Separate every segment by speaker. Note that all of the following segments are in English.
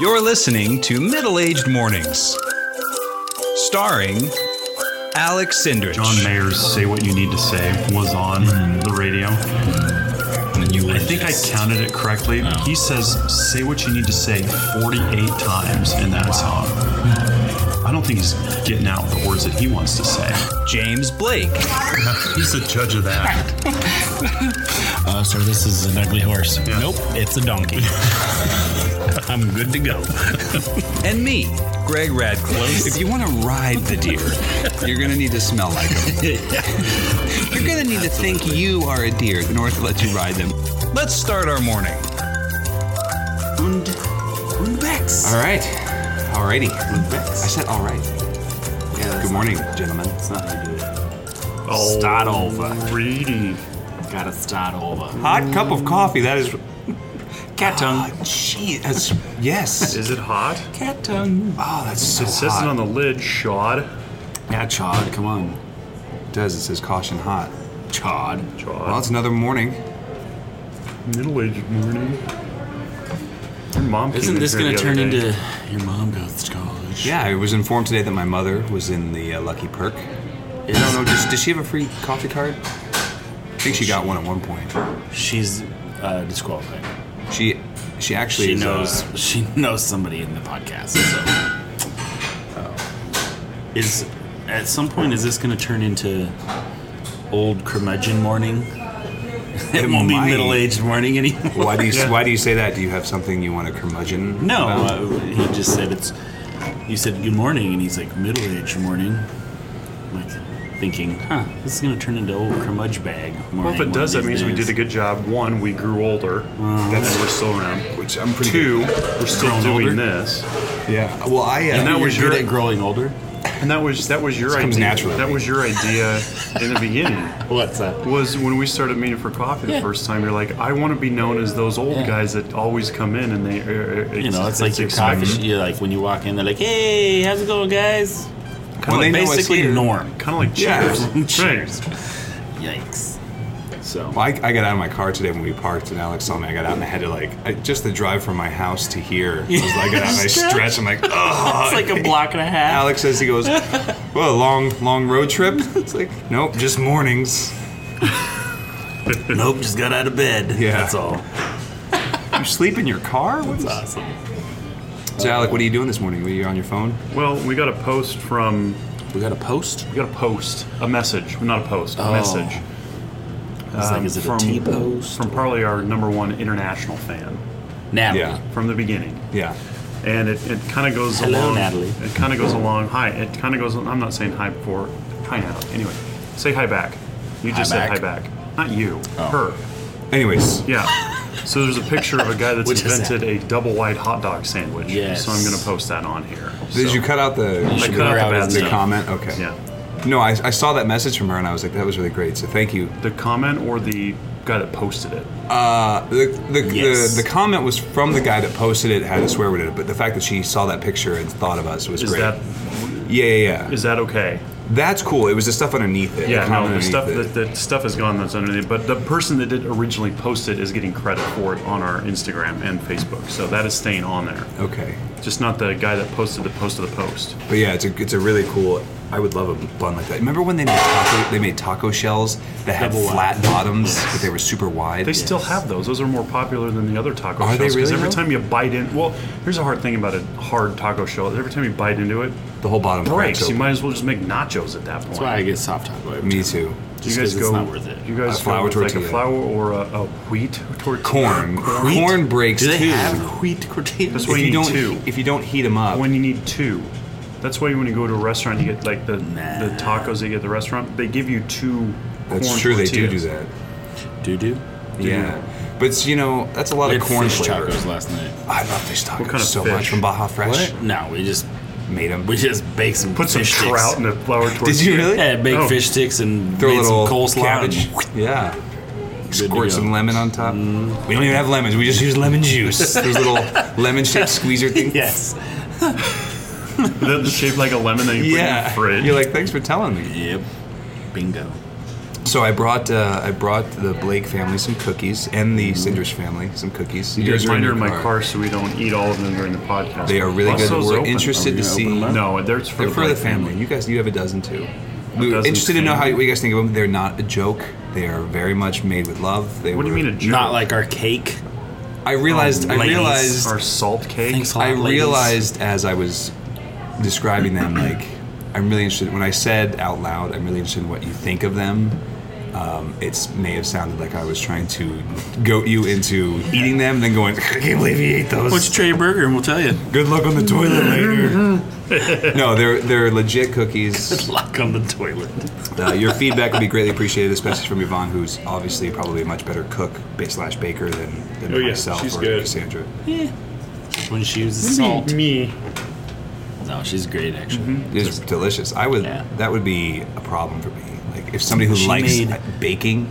Speaker 1: You're listening to Middle Aged Mornings, starring Alex Sindrich.
Speaker 2: John Mayer's "Say What You Need to Say" was on the radio. I think I counted it correctly. He says "Say What You Need to Say" 48 times in that song. I don't think he's getting out the words that he wants to say.
Speaker 1: James Blake.
Speaker 3: He's the judge of that.
Speaker 4: Uh, sir, this is an ugly horse.
Speaker 3: Yeah.
Speaker 4: Nope, it's a donkey. I'm good to go.
Speaker 1: and me, Greg Radcliffe. If you want to ride the deer, you're going to need to smell like them. You're going to need to think you are a deer in order to let you ride them. Let's start our morning. Und, und Bex.
Speaker 5: All right. Alrighty. I said all right. Good morning, gentlemen. It's not how you do it.
Speaker 2: Oh,
Speaker 5: Start over.
Speaker 2: Reedy.
Speaker 5: Gotta start over. Hot cup of coffee. That is. Cat tongue. Jeez. yes.
Speaker 2: Is Ah, Ah, it hot?
Speaker 5: Cat tongue. Oh, that's so
Speaker 2: It says it
Speaker 5: hot.
Speaker 2: on the lid. Shod.
Speaker 5: yeah, Chod. Come on. It does. It says caution hot. Chod.
Speaker 2: Chod.
Speaker 5: Well, it's another morning.
Speaker 2: Middle-aged morning. Your mom. came
Speaker 3: Isn't
Speaker 2: in
Speaker 3: this
Speaker 2: here
Speaker 3: going
Speaker 2: the
Speaker 3: to
Speaker 2: other
Speaker 3: turn
Speaker 2: day.
Speaker 3: into your mom goes to college?
Speaker 5: Yeah, I was informed today that my mother was in the uh, lucky perk. I don't know. Does, does she have a free coffee card? I think she got one at one point.
Speaker 3: She's uh, disqualified.
Speaker 5: She, she actually
Speaker 3: She
Speaker 5: is, uh,
Speaker 3: knows. She knows somebody in the podcast. So, Uh, is at some point is this going to turn into old curmudgeon morning? It, won't
Speaker 5: might.
Speaker 3: be middle aged morning anymore.
Speaker 5: Why do you Why do you say that? Do you have something you want to curmudgeon?
Speaker 3: No,
Speaker 5: about?
Speaker 3: uh, he just said it's. You said good morning, and he's like middle aged morning. I'm like thinking, huh, this is gonna turn into old curmudge bag. Morning
Speaker 2: Well, if it does, that means we did a good job. One, we grew older.
Speaker 5: Uh,
Speaker 2: That's uh, we're still around.
Speaker 5: which I'm pretty.
Speaker 2: Two, we're still
Speaker 3: Grown
Speaker 2: doing
Speaker 3: older?
Speaker 2: this.
Speaker 5: Yeah. Well, I. Uh,
Speaker 2: And that was
Speaker 3: You're
Speaker 2: your
Speaker 3: good at growing older.
Speaker 2: and that was that was your
Speaker 5: This comes
Speaker 2: idea.
Speaker 5: naturally.
Speaker 2: That was your idea in the beginning.
Speaker 3: What's that?
Speaker 2: Was when we started meeting for coffee the
Speaker 3: Yeah.
Speaker 2: first time. You're like, I want to be known as those old
Speaker 3: Yeah.
Speaker 2: guys that always come in and they. Uh,
Speaker 3: You know, it's like your coffee. sh- You like when you walk in, they're like, "Hey, how's it going, guys?"
Speaker 5: when they know it's
Speaker 3: Basically,
Speaker 5: here-
Speaker 3: norm.
Speaker 2: Kind of like
Speaker 5: Yeah.
Speaker 2: cheers.
Speaker 3: Cheers. Yikes. So
Speaker 5: Well, I, I got out of my car today when we parked, and Alex saw me. I got out and I had to like I, just the drive from my house to here. I, was, like, I got out and I stretched. I'm like, oh.
Speaker 3: it's like a block and a half.
Speaker 5: Alex says he goes, well, long long road trip. It's like, nope, just mornings.
Speaker 3: Nope, just got out of bed.
Speaker 5: Yeah.
Speaker 3: that's all.
Speaker 5: You sleep in your car? What's
Speaker 3: It's awesome.
Speaker 5: So, Alec, what are you doing this morning? Were you on your phone?
Speaker 2: Well, we got a post from
Speaker 3: We got a post.
Speaker 2: we got a post, a message, not a post, a
Speaker 3: Oh.
Speaker 2: message um,
Speaker 3: It's like, is it a T post?
Speaker 2: from probably our number one international fan
Speaker 3: Natalie.
Speaker 5: Yeah.
Speaker 2: from the beginning.
Speaker 5: Yeah.
Speaker 2: and it, it kind of goes
Speaker 3: Hello,
Speaker 2: along.
Speaker 3: Natalie.
Speaker 2: It kind of goes along. Hi. It kind of goes. I'm not saying hi before. Hi, Natalie. Anyway, say hi back. You just
Speaker 3: Hi
Speaker 2: said hi
Speaker 3: back. Oh.
Speaker 2: back. Not you. Her.
Speaker 5: Anyways,
Speaker 2: Yeah. So there's a picture of a guy that's
Speaker 3: Which is
Speaker 2: invented a double wide hot dog sandwich.
Speaker 3: Yes.
Speaker 2: So I'm gonna post that on here.
Speaker 5: did
Speaker 2: So-
Speaker 5: you cut out the,
Speaker 2: I
Speaker 3: should
Speaker 2: cut
Speaker 3: blur
Speaker 2: out
Speaker 3: out
Speaker 2: the bad
Speaker 3: his
Speaker 5: the
Speaker 3: name.
Speaker 2: stuff.
Speaker 5: comment? Okay.
Speaker 2: Yeah.
Speaker 5: No, I, I saw that message from her, and I was like, that was really great. So, thank you.
Speaker 2: The comment or the guy that posted it.
Speaker 5: Uh, the, the,
Speaker 3: Yes.
Speaker 5: the, the comment was from the guy that posted it, had a swear word in it, but the fact that she saw that picture and thought of us was
Speaker 2: Is
Speaker 5: great.
Speaker 2: that
Speaker 5: yeah, yeah, yeah.
Speaker 2: is that okay?
Speaker 5: That's cool. It was the stuff underneath it.
Speaker 2: Yeah,
Speaker 5: comment
Speaker 2: no, the
Speaker 5: underneath
Speaker 2: stuff
Speaker 5: it.
Speaker 2: that the stuff is gone that's underneath. But the person that did originally post it is getting credit for it on our Instagram and Facebook, so that is staying on there.
Speaker 5: Okay.
Speaker 2: Just not the guy that posted the post of the post.
Speaker 5: But yeah, it's a, it's a really cool. I would love a bun like that. Remember when they made taco, they made taco shells that had
Speaker 3: Double
Speaker 5: flat
Speaker 3: wide.
Speaker 5: bottoms,
Speaker 3: Yes.
Speaker 5: but they were super wide?
Speaker 2: They still have those. Those are more popular than the other taco
Speaker 5: Are
Speaker 2: shells.
Speaker 5: they
Speaker 2: 'cause
Speaker 5: really,
Speaker 2: every
Speaker 5: though?
Speaker 2: time you bite in, well, here's a hard thing about a hard taco shell. is Every time you bite into it,
Speaker 5: the whole bottom cracks
Speaker 2: breaks. You
Speaker 5: open.
Speaker 2: might as well just make nachos at that point.
Speaker 3: That's why I get soft taco. every
Speaker 5: Me
Speaker 3: time.
Speaker 5: too.
Speaker 2: Do you
Speaker 3: Just
Speaker 2: guys
Speaker 3: 'cause
Speaker 2: go?
Speaker 3: it's not worth it.
Speaker 2: do You guys
Speaker 5: A flour
Speaker 2: go with like a
Speaker 5: tortilla.
Speaker 2: flour or a, a wheat tortilla.
Speaker 5: Corn.
Speaker 3: Wheat?
Speaker 5: Corn breaks
Speaker 3: Do they
Speaker 5: too.
Speaker 3: have wheat tortillas?
Speaker 2: That's
Speaker 5: if
Speaker 2: why
Speaker 5: you
Speaker 2: you need
Speaker 5: don't
Speaker 2: two.
Speaker 5: if you don't heat them up,
Speaker 2: When you need two. That's why when you go to a restaurant, you get like the
Speaker 3: Nah.
Speaker 2: the tacos they get at the restaurant. They give you two.
Speaker 5: that's
Speaker 2: corn
Speaker 5: true. They do do
Speaker 2: tortillas.
Speaker 5: that.
Speaker 3: Do do.
Speaker 5: Yeah, but you know that's a lot
Speaker 3: We
Speaker 5: of
Speaker 3: had
Speaker 5: corn
Speaker 3: fish
Speaker 5: flavor.
Speaker 3: tacos last night.
Speaker 5: I love fish tacos
Speaker 2: kind of
Speaker 5: so
Speaker 2: fish?
Speaker 5: much from Baja Fresh.
Speaker 3: No, we just
Speaker 5: Made them.
Speaker 3: we just baked some
Speaker 2: Put some
Speaker 3: fish
Speaker 2: trout in
Speaker 3: Sticks.
Speaker 2: a flour tortilla.
Speaker 5: Did you really?
Speaker 3: Yeah, baked
Speaker 2: Oh.
Speaker 3: fish sticks and
Speaker 5: Throw a
Speaker 3: made
Speaker 5: little
Speaker 3: some coleslaw.
Speaker 5: cabbage.
Speaker 3: and-
Speaker 5: Yeah.
Speaker 3: to
Speaker 5: Squirt
Speaker 3: go.
Speaker 5: some lemon on top.
Speaker 2: Mm.
Speaker 5: We don't even have lemons. We just use lemon juice. Those little lemon-shaped squeezer things.
Speaker 3: Yes.
Speaker 2: That shaped like a lemon that you put in
Speaker 5: Yeah.
Speaker 2: the fridge.
Speaker 5: You're like, thanks for telling me.
Speaker 3: Yep. Bingo.
Speaker 5: So I brought uh, I brought the Blake family some cookies and the Cindrish family some cookies.
Speaker 2: Mm. You guys
Speaker 5: are in
Speaker 2: mine are
Speaker 5: your
Speaker 2: in my car, so we don't eat all of them during the podcast.
Speaker 5: They are really good.
Speaker 2: Busto's
Speaker 5: We're
Speaker 2: open.
Speaker 5: interested
Speaker 2: Are we
Speaker 5: to
Speaker 2: gonna
Speaker 5: see.
Speaker 2: open them? No, they're for
Speaker 5: They're
Speaker 2: the
Speaker 5: for the
Speaker 2: Blake
Speaker 5: family. You guys, you have a dozen too.
Speaker 2: A
Speaker 5: We were
Speaker 2: dozen's
Speaker 5: interested to know how
Speaker 2: family.
Speaker 5: you, what you guys think of them. They're not a joke. They are very much made with love. They
Speaker 2: What do you
Speaker 5: were-
Speaker 2: mean a joke? Oh,
Speaker 3: Not like our cake.
Speaker 5: I realized. I
Speaker 3: ladies
Speaker 5: realized.
Speaker 2: our salt cake.
Speaker 3: Thanks a lot.
Speaker 5: I
Speaker 3: ladies.
Speaker 5: realized as I was describing them, like, I'm really interested. When I said out loud, I'm really interested in what you think of them. Um, it may have sounded like I was trying to goat you into eating them, and then going, I can't believe he ate those.
Speaker 6: Let's try your burger and we'll tell you.
Speaker 5: Good luck on the toilet later. no, they're they're legit cookies.
Speaker 6: Lock on the toilet.
Speaker 5: Uh, your feedback would be greatly appreciated, especially from Yvonne, who's obviously probably a much better cook ba- slash baker than, than
Speaker 2: Oh, yeah,
Speaker 5: myself
Speaker 2: she's
Speaker 5: or
Speaker 2: good.
Speaker 5: Cassandra.
Speaker 3: when she uses salt.
Speaker 2: Me.
Speaker 3: No, she's great actually.
Speaker 5: It's delicious. I would.
Speaker 3: Yeah.
Speaker 5: That would be a problem for me. Like if somebody who
Speaker 3: She
Speaker 5: likes
Speaker 3: made-
Speaker 5: baking,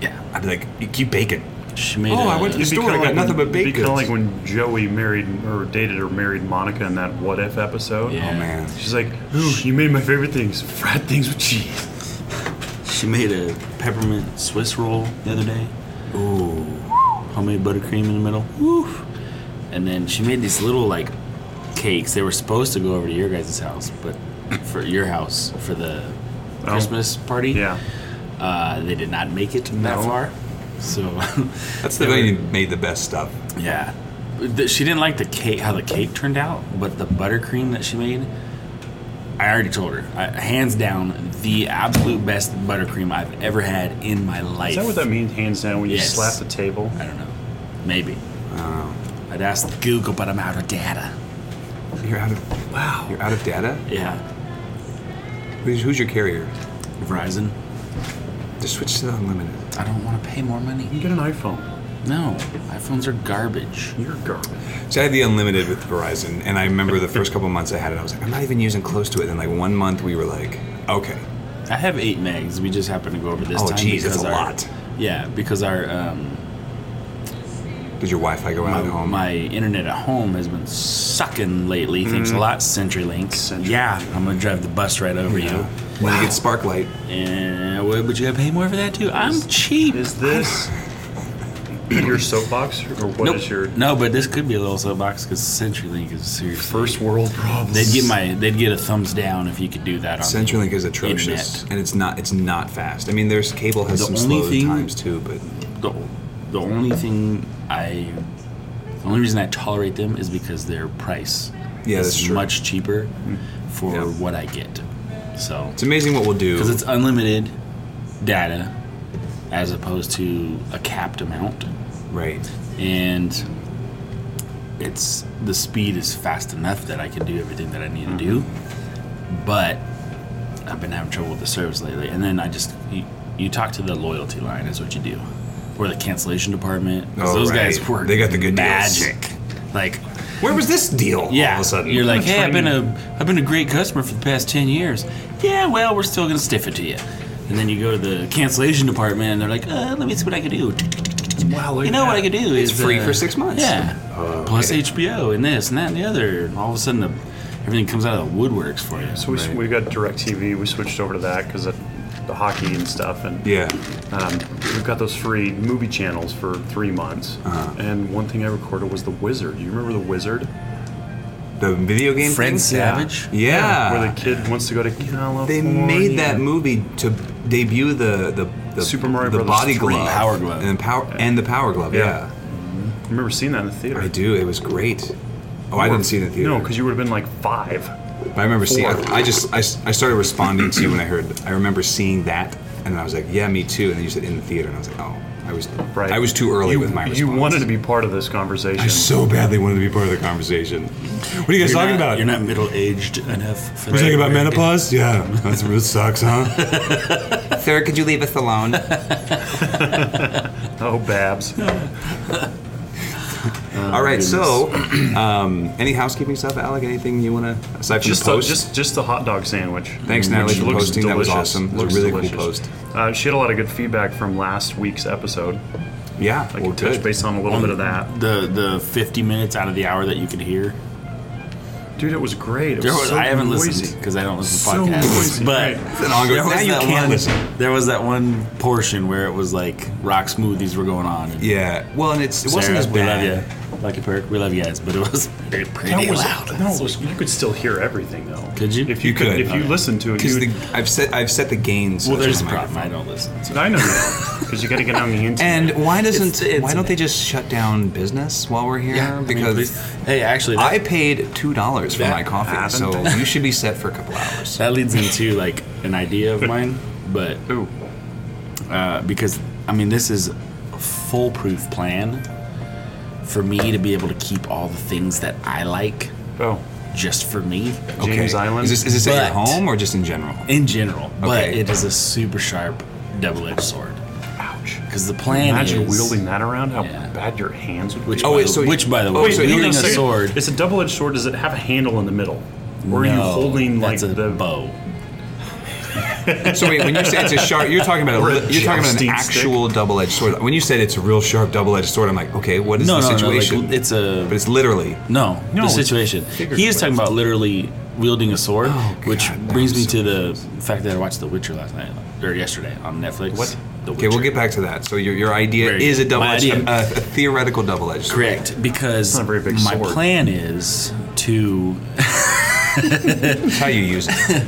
Speaker 3: Yeah,
Speaker 5: I'd be like, "You keep baking.
Speaker 3: she made.
Speaker 5: Oh,
Speaker 3: a-
Speaker 5: I went to the store. I got nothing but baked
Speaker 2: kind of like
Speaker 5: goods.
Speaker 2: when Joey married or dated or married Monica in that What If episode.
Speaker 3: Yeah.
Speaker 5: Oh man,
Speaker 2: She's like, ooh, you made my favorite things, fried things with cheese.
Speaker 6: She made a peppermint Swiss roll the other day. Ooh. Homemade buttercream in the middle. Woof.
Speaker 3: And then she made these little like cakes. They were supposed to go over to your guys' house, but for your house for the
Speaker 2: Oh.
Speaker 3: Christmas party,
Speaker 2: Yeah.
Speaker 3: uh, they did not make it that
Speaker 5: No.
Speaker 3: far. So
Speaker 5: that's the way you made the best stuff.
Speaker 3: yeah, The- she didn't like the cake how the cake turned out, but the buttercream that she made. I already told her, I, hands down, the absolute best buttercream I've ever had in my life.
Speaker 2: Is that what that means, hands down, when you
Speaker 3: Yes.
Speaker 2: slap the table?
Speaker 3: I don't know. Maybe. I'd ask Google, but I'm out of data.
Speaker 5: You're out of wow. You're out of data.
Speaker 3: Yeah.
Speaker 5: Who's, who's your carrier?
Speaker 3: Verizon.
Speaker 5: Just switch to the unlimited.
Speaker 3: I don't want to pay more
Speaker 2: You
Speaker 3: money.
Speaker 2: get an iPhone.
Speaker 3: No, iPhones are garbage.
Speaker 2: You're garbage.
Speaker 5: So I had the unlimited with Verizon, and I remember the first couple months I had it, I was like, I'm not even using close to it. And like one month, we were like, okay,
Speaker 3: I have eight megs. We just happened to go over this
Speaker 5: Oh,
Speaker 3: time.
Speaker 5: geez, that's
Speaker 3: because
Speaker 5: a
Speaker 3: our-
Speaker 5: lot.
Speaker 3: Yeah, because our um,
Speaker 5: did your Wi-Fi go out
Speaker 3: my,
Speaker 5: at home?
Speaker 3: my internet at home has been sucking lately. Thanks a lot, CenturyLink.
Speaker 2: CenturyLink.
Speaker 3: Yeah, I'm gonna drive the bus right over you.
Speaker 5: when you get Sparklight,
Speaker 3: And what, but you gotta pay more for that too. I'm cheap.
Speaker 2: Is this your soapbox, or what is
Speaker 3: nope.
Speaker 2: your
Speaker 3: No, but this could be a little soapbox because CenturyLink is seriously
Speaker 2: first world problem?
Speaker 3: They'd get my they'd get a thumbs down if you could do that on
Speaker 5: CenturyLink is atrocious,
Speaker 3: Internet.
Speaker 5: and it's not it's not fast. I mean, there's cable has
Speaker 3: The
Speaker 5: some
Speaker 3: only
Speaker 5: slow
Speaker 3: thing-
Speaker 5: times too, but
Speaker 3: The, the only thing I the only reason I tolerate them is because their price
Speaker 5: Yeah,
Speaker 3: is
Speaker 5: that's true. Mm.
Speaker 3: much cheaper for
Speaker 5: Yeah.
Speaker 3: what I get. So
Speaker 5: it's amazing what we'll do.
Speaker 3: because it's unlimited data as opposed to a capped amount
Speaker 5: right.
Speaker 3: and it's the speed is fast enough that I can do everything that I need to do.
Speaker 5: Mm-hmm.
Speaker 3: But I've been having trouble with the service lately, and then I just you, you talk to the loyalty line is what you do, or the cancellation department. 'cause
Speaker 5: Oh,
Speaker 3: those guys
Speaker 5: right.
Speaker 3: work.
Speaker 5: They got the good deals.
Speaker 3: magic. Like
Speaker 5: Where was this deal?
Speaker 3: yeah,
Speaker 5: All of a sudden,
Speaker 3: you're like,
Speaker 2: gonna
Speaker 3: hey, I've been
Speaker 2: train
Speaker 3: a I've been a great customer for the past ten years. Yeah, well, we're still gonna stiff it to you. And then you go to the cancellation department, and they're like, uh, let me see what I can do.
Speaker 2: wow, look
Speaker 3: You
Speaker 2: at
Speaker 3: know what
Speaker 2: that.
Speaker 3: I could do is
Speaker 5: free
Speaker 3: uh,
Speaker 5: for six months.
Speaker 3: Yeah,
Speaker 5: Oh,
Speaker 3: plus
Speaker 5: okay.
Speaker 3: HBO and this and that and the other. And all of a sudden, the, everything comes out of the woodworks for you.
Speaker 2: So we, s we got DirecTV. We switched over to that because the hockey and stuff, and
Speaker 5: yeah.
Speaker 2: um, we've got those free movie channels for three months.
Speaker 5: Uh-huh.
Speaker 2: And one thing I recorded was The Wizard. You remember The Wizard?
Speaker 5: The video game.
Speaker 3: Fred
Speaker 5: thing?
Speaker 3: Savage.
Speaker 5: Yeah.
Speaker 2: Where the kid wants to go to California.
Speaker 5: they made that movie to debut the the, the
Speaker 2: Super Mario
Speaker 5: the
Speaker 2: Brothers
Speaker 5: body
Speaker 2: 3.
Speaker 5: glove,
Speaker 3: Power glove.
Speaker 5: and power and the power glove.
Speaker 2: Yeah.
Speaker 5: yeah.
Speaker 2: I remember seeing that in the theater.
Speaker 5: I do. It was great. Oh, I didn't see it in the theater.
Speaker 2: No, because you would have been like five.
Speaker 5: But I remember seeing.
Speaker 2: Four.
Speaker 5: I, I just I, s- I started responding to you when I heard. I remember seeing that, and then I was like, "Yeah, me too." And then you said in the theater, and I was like, "Oh, I was
Speaker 2: Right.
Speaker 5: I was too early
Speaker 2: you,
Speaker 5: with my response."
Speaker 2: You wanted to be part of this conversation.
Speaker 5: I so badly wanted to be part of the conversation. What are you guys
Speaker 3: You're
Speaker 5: talking
Speaker 3: not-
Speaker 5: about?
Speaker 3: You're not middle aged enough. For
Speaker 5: We're talking about
Speaker 3: that.
Speaker 5: menopause? Yeah, that's that sucks, huh? Sir, could you leave us alone?
Speaker 2: oh, Babs.
Speaker 5: All right. So, um, any housekeeping stuff, Alec? Anything you want to aside from
Speaker 2: Just
Speaker 5: the
Speaker 2: the,
Speaker 5: post?
Speaker 2: just just the hot dog sandwich.
Speaker 5: Thanks,
Speaker 2: which
Speaker 5: Natalie, for
Speaker 2: looks
Speaker 5: posting. That was
Speaker 2: delicious.
Speaker 5: awesome. It was a
Speaker 2: Looks
Speaker 5: really cool
Speaker 2: delicious.
Speaker 5: post.
Speaker 2: Uh, she had a lot of good feedback from last week's episode.
Speaker 5: yeah.
Speaker 2: I can
Speaker 5: well,
Speaker 2: touch
Speaker 5: good.
Speaker 2: base on a little bit of that.
Speaker 3: The the 50 minutes out of the hour that you could hear.
Speaker 2: Dude, it was great. It
Speaker 3: There
Speaker 2: was
Speaker 3: was,
Speaker 2: so
Speaker 3: I haven't
Speaker 2: noisy.
Speaker 3: listened because I don't listen to
Speaker 2: So
Speaker 3: podcasts.
Speaker 2: noisy,
Speaker 3: but
Speaker 2: right.
Speaker 5: It's an ongoing- now you
Speaker 3: that
Speaker 5: can't
Speaker 3: one,
Speaker 5: listen.
Speaker 3: There was that one portion where it was like rock smoothies were going on. And
Speaker 5: Yeah. Well, and it's it
Speaker 3: Sarah,
Speaker 5: wasn't as
Speaker 3: we
Speaker 5: bad.
Speaker 3: love you, Lucky Perk. We love you guys, but it was pretty
Speaker 2: That was
Speaker 3: loud.
Speaker 2: no. It was, you could still hear everything though.
Speaker 3: Could you?
Speaker 2: If you,
Speaker 5: You
Speaker 2: could,
Speaker 5: could.
Speaker 2: if you listened to it, you
Speaker 5: Because
Speaker 2: would,
Speaker 5: I've set I've set the gains.
Speaker 3: well, there's
Speaker 5: of
Speaker 3: a
Speaker 5: Oh my
Speaker 3: problem.
Speaker 5: microphone.
Speaker 3: I don't listen. To
Speaker 2: I know because you got to get on the internet.
Speaker 5: And why doesn't
Speaker 3: It's- it's
Speaker 5: why
Speaker 3: an-
Speaker 5: don't they just shut down business while we're here?
Speaker 3: yeah, I mean,
Speaker 5: because
Speaker 3: please. hey, actually, that,
Speaker 5: I paid two dollars for
Speaker 3: That
Speaker 5: my coffee,
Speaker 3: happened.
Speaker 5: so you should be set for a couple hours.
Speaker 3: that leads into like an idea of mine, but
Speaker 2: Ooh.
Speaker 3: uh, because I mean this is a foolproof plan for me to be able to keep all the things that I like
Speaker 2: oh,
Speaker 3: just for me
Speaker 2: James Island.
Speaker 5: Is this, is this at your
Speaker 3: But-
Speaker 5: home or just in general?
Speaker 3: in general. But
Speaker 5: Okay.
Speaker 3: it is a super sharp double-edged sword
Speaker 2: ouch.
Speaker 3: because the plan
Speaker 2: Imagine
Speaker 3: is
Speaker 2: wielding that around. How
Speaker 3: Yeah.
Speaker 2: bad your hands would be.
Speaker 3: Which,
Speaker 5: Oh,
Speaker 3: by,
Speaker 5: wait,
Speaker 3: the-
Speaker 5: so-
Speaker 3: which by the
Speaker 5: oh,
Speaker 3: way,
Speaker 5: so you
Speaker 3: wielding a
Speaker 5: don't say-
Speaker 3: sword.
Speaker 2: It's a double-edged sword. Does it have a handle in the middle, or are you
Speaker 3: no,
Speaker 2: holding like
Speaker 3: that's a
Speaker 2: the
Speaker 3: bow?
Speaker 5: So wait, when you say it's a sharp, you're talking about
Speaker 2: Or a
Speaker 5: a, you're talking about
Speaker 2: jousting
Speaker 5: an
Speaker 2: stick.
Speaker 5: actual double-edged sword. When you said it's a real sharp double-edged sword, I'm like, okay, what is
Speaker 3: No,
Speaker 5: the
Speaker 3: no, no, like,
Speaker 5: situation?
Speaker 3: it's a-
Speaker 5: but it's literally
Speaker 3: No,
Speaker 2: No,
Speaker 3: the
Speaker 2: it's
Speaker 3: situation. He is talking about literally wielding a sword,
Speaker 5: Oh,
Speaker 3: which
Speaker 5: God, that
Speaker 3: brings
Speaker 5: was
Speaker 3: me
Speaker 5: so
Speaker 3: to the fact that I watched The Witcher last night or yesterday on Netflix.
Speaker 2: What?
Speaker 3: The
Speaker 5: okay. We'll
Speaker 3: Witcher.
Speaker 5: get back to that. So your, your idea
Speaker 3: Very
Speaker 5: is a
Speaker 3: good.
Speaker 5: double-edged,
Speaker 3: My idea.
Speaker 5: a, a theoretical double-edged. sword.
Speaker 3: Correct, because
Speaker 2: not a very big
Speaker 3: my
Speaker 2: sword.
Speaker 3: plan is to
Speaker 5: That's how you use it.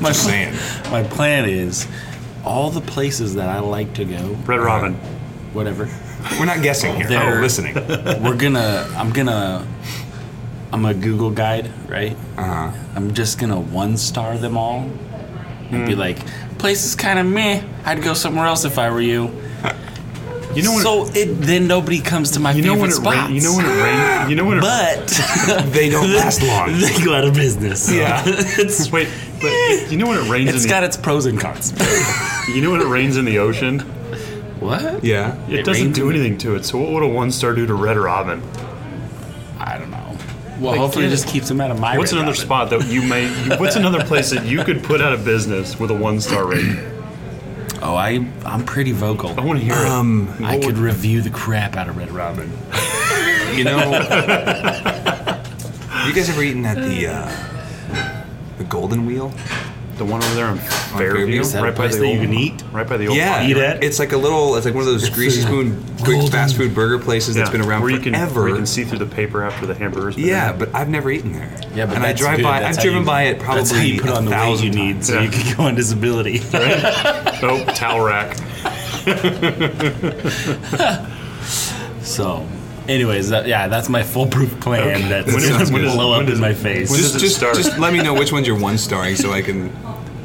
Speaker 3: my,
Speaker 5: Just saying.
Speaker 3: my plan is all the places that I like to go,
Speaker 2: Red Robin?
Speaker 3: whatever.
Speaker 5: We're not guessing here.
Speaker 3: There-
Speaker 5: Oh, listening.
Speaker 3: We're gonna. I'm gonna. I'm a Google guide, right?
Speaker 5: Uh-huh.
Speaker 3: I'm just gonna one star them all and be like, place is kind of meh. I'd go somewhere else if I were you.
Speaker 2: You know when?
Speaker 3: so it, then nobody comes to my
Speaker 2: you know
Speaker 3: favorite
Speaker 2: when it
Speaker 3: spots.
Speaker 2: rain, You know when it rain, You know when it.
Speaker 3: but
Speaker 5: They don't last long.
Speaker 3: they go out of business.
Speaker 5: Yeah.
Speaker 3: it's
Speaker 2: Wait, but you know when it rains
Speaker 3: it's
Speaker 2: in
Speaker 3: got
Speaker 2: the
Speaker 3: its pros and cons.
Speaker 2: you know when it rains in the ocean,
Speaker 3: what?
Speaker 5: Yeah.
Speaker 2: it,
Speaker 3: It
Speaker 2: doesn't
Speaker 3: rains
Speaker 2: do
Speaker 3: in-
Speaker 2: anything to it. So what would a one star do to Red Robin?
Speaker 3: I don't know. Well, hopefully it
Speaker 2: yeah.
Speaker 3: just keeps them out of my.
Speaker 2: What's
Speaker 3: Red
Speaker 2: another
Speaker 3: Robin.
Speaker 2: spot that you may? What's another place that you could put out of business with a one star rating?
Speaker 3: Oh, I I'm pretty vocal.
Speaker 2: I want to hear
Speaker 5: Um,
Speaker 3: I could review the crap out of Red Robin.
Speaker 5: you know, you guys ever eaten at the uh, the Golden Wheel?
Speaker 2: it. The one over there on
Speaker 5: Fairview?
Speaker 2: Fairview,
Speaker 5: Is
Speaker 3: that a
Speaker 2: right by
Speaker 3: place
Speaker 2: the
Speaker 3: that you
Speaker 2: old,
Speaker 3: can eat?
Speaker 2: right by the old.
Speaker 5: yeah,
Speaker 2: Eat
Speaker 3: at?
Speaker 5: It's like a little. It's like one of those greasy
Speaker 3: a
Speaker 5: spoon, quick
Speaker 3: golden-
Speaker 5: fast food burger places that's been around
Speaker 2: where you can,
Speaker 5: forever.
Speaker 2: Where you can see through the paper after the hamburgers. been
Speaker 5: yeah,
Speaker 2: in.
Speaker 5: but I've never eaten there.
Speaker 3: Yeah, but
Speaker 5: and I
Speaker 3: that's
Speaker 5: drive
Speaker 3: good.
Speaker 5: by.
Speaker 3: That's
Speaker 5: I've
Speaker 3: how
Speaker 5: driven
Speaker 3: you-
Speaker 5: by it probably
Speaker 3: That's how you put
Speaker 5: a
Speaker 3: on the weight
Speaker 5: thousand
Speaker 3: you need,
Speaker 5: times.
Speaker 3: so you
Speaker 2: Yeah.
Speaker 3: can go on disability.
Speaker 2: oh, towel rack.
Speaker 3: so, anyways, that, yeah, that's my foolproof plan. That's
Speaker 2: When is-
Speaker 3: gonna
Speaker 2: when is-
Speaker 3: blow
Speaker 2: when
Speaker 3: up
Speaker 2: does-
Speaker 3: in my face.
Speaker 2: when does
Speaker 5: Just,
Speaker 2: it
Speaker 5: just,
Speaker 2: start?
Speaker 5: just let me know which ones you're one starring, so I can,